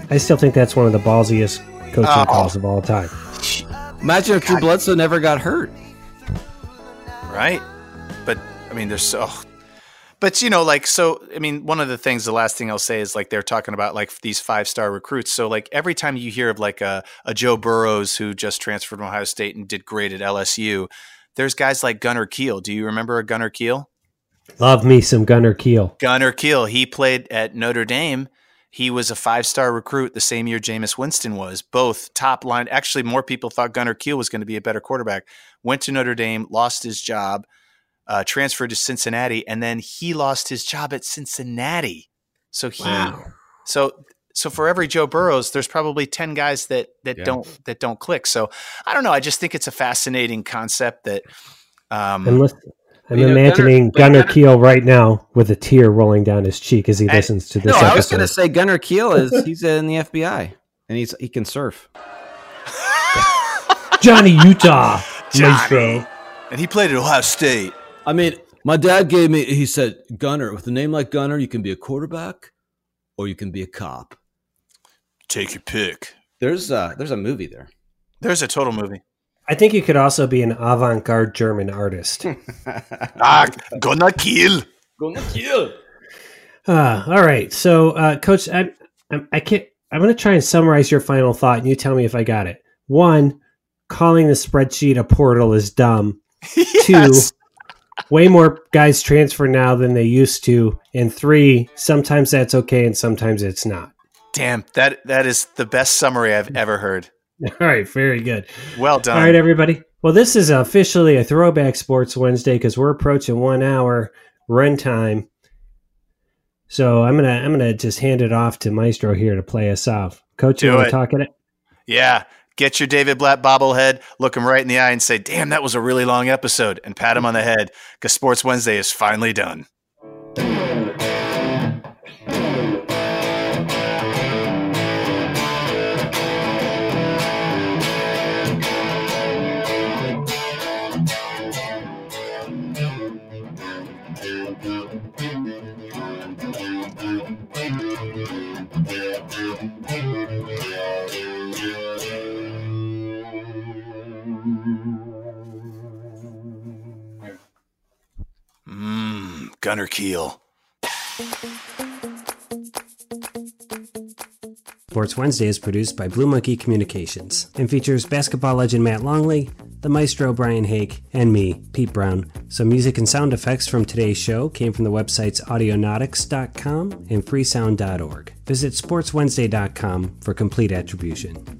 S1: I still think that's one of the ballsiest coaching
S3: Oh.
S1: calls of all time.
S3: Imagine if Drew Bledsoe never got hurt.
S2: right? But I mean, there's so. But you know, like so. I mean, one of the things, the last thing I'll say is like they're talking about like these five star recruits. So like every time you hear of like a, a Joe Burrows who just transferred from Ohio State and did great at LSU, there's guys like Gunnar Keel. Do you remember a Gunnar Keel?
S1: Love me some Gunner Keel.
S2: Gunnar Keel. He played at Notre Dame. He was a five star recruit the same year Jameis Winston was. Both top line. Actually, more people thought Gunnar Keel was going to be a better quarterback. Went to Notre Dame, lost his job, uh, transferred to Cincinnati, and then he lost his job at Cincinnati. So he, so so for every Joe Burrows, there's probably ten guys that that
S1: Yeah.
S2: don't that don't click. So I don't know. I just think it's a fascinating concept that. Um,
S1: I'm, lis- I'm
S2: You know,
S1: imagining
S2: Gunnar-
S1: Gunner, Keel right now with a tear rolling down his cheek as he listens to this
S3: no, I was
S1: episode.
S3: going to say Gunnar Keel is he's in the FBI and he's he can surf.
S1: Johnny Utah.
S3: Johnny.
S2: And he played at Ohio State.
S9: I mean, my dad gave me, he said, Gunner, with a name like Gunner, you can be a quarterback or you can be a cop.
S2: Take your pick.
S3: There's uh there's a movie there.
S2: There's a total movie.
S1: I think you could also be an avant-garde German artist.
S2: Ah, gonna kill.
S3: Gonna kill.
S10: Ah,
S1: Uh, all right, so uh, Coach, I, I'm I can't. I'm going to try and summarize your final thought, and you tell me if I got it. One,
S10: calling the spreadsheet a portal is dumb. Two, way more guys transfer now than they used to. And three, sometimes that's okay and sometimes it's not.
S2: Damn, that that is the best summary I've ever heard.
S10: All right, very good.
S2: Well done.
S10: All right, everybody. Well, this is officially a throwback Sports Wednesday because we're approaching one hour run time. So I'm gonna I'm gonna just hand it off to Maestro here to play us off. Coach, you
S2: Do
S10: want
S2: it.
S10: to talk at it?
S2: Yeah. Get your David Blatt bobblehead, look him right in the eye, and say, Damn, that was a really long episode, and pat him on the head because Sports Wednesday is finally done. Mmm, Gunner Keel.
S1: Sports Wednesday is produced by Blue Monkey Communications and features basketball legend Matt Longley, the maestro Brian Hake, and me, Pete Brown. Some music and sound effects from today's show came from the websites audionautics.com and freesound.org. Visit sportswednesday.com for complete attribution.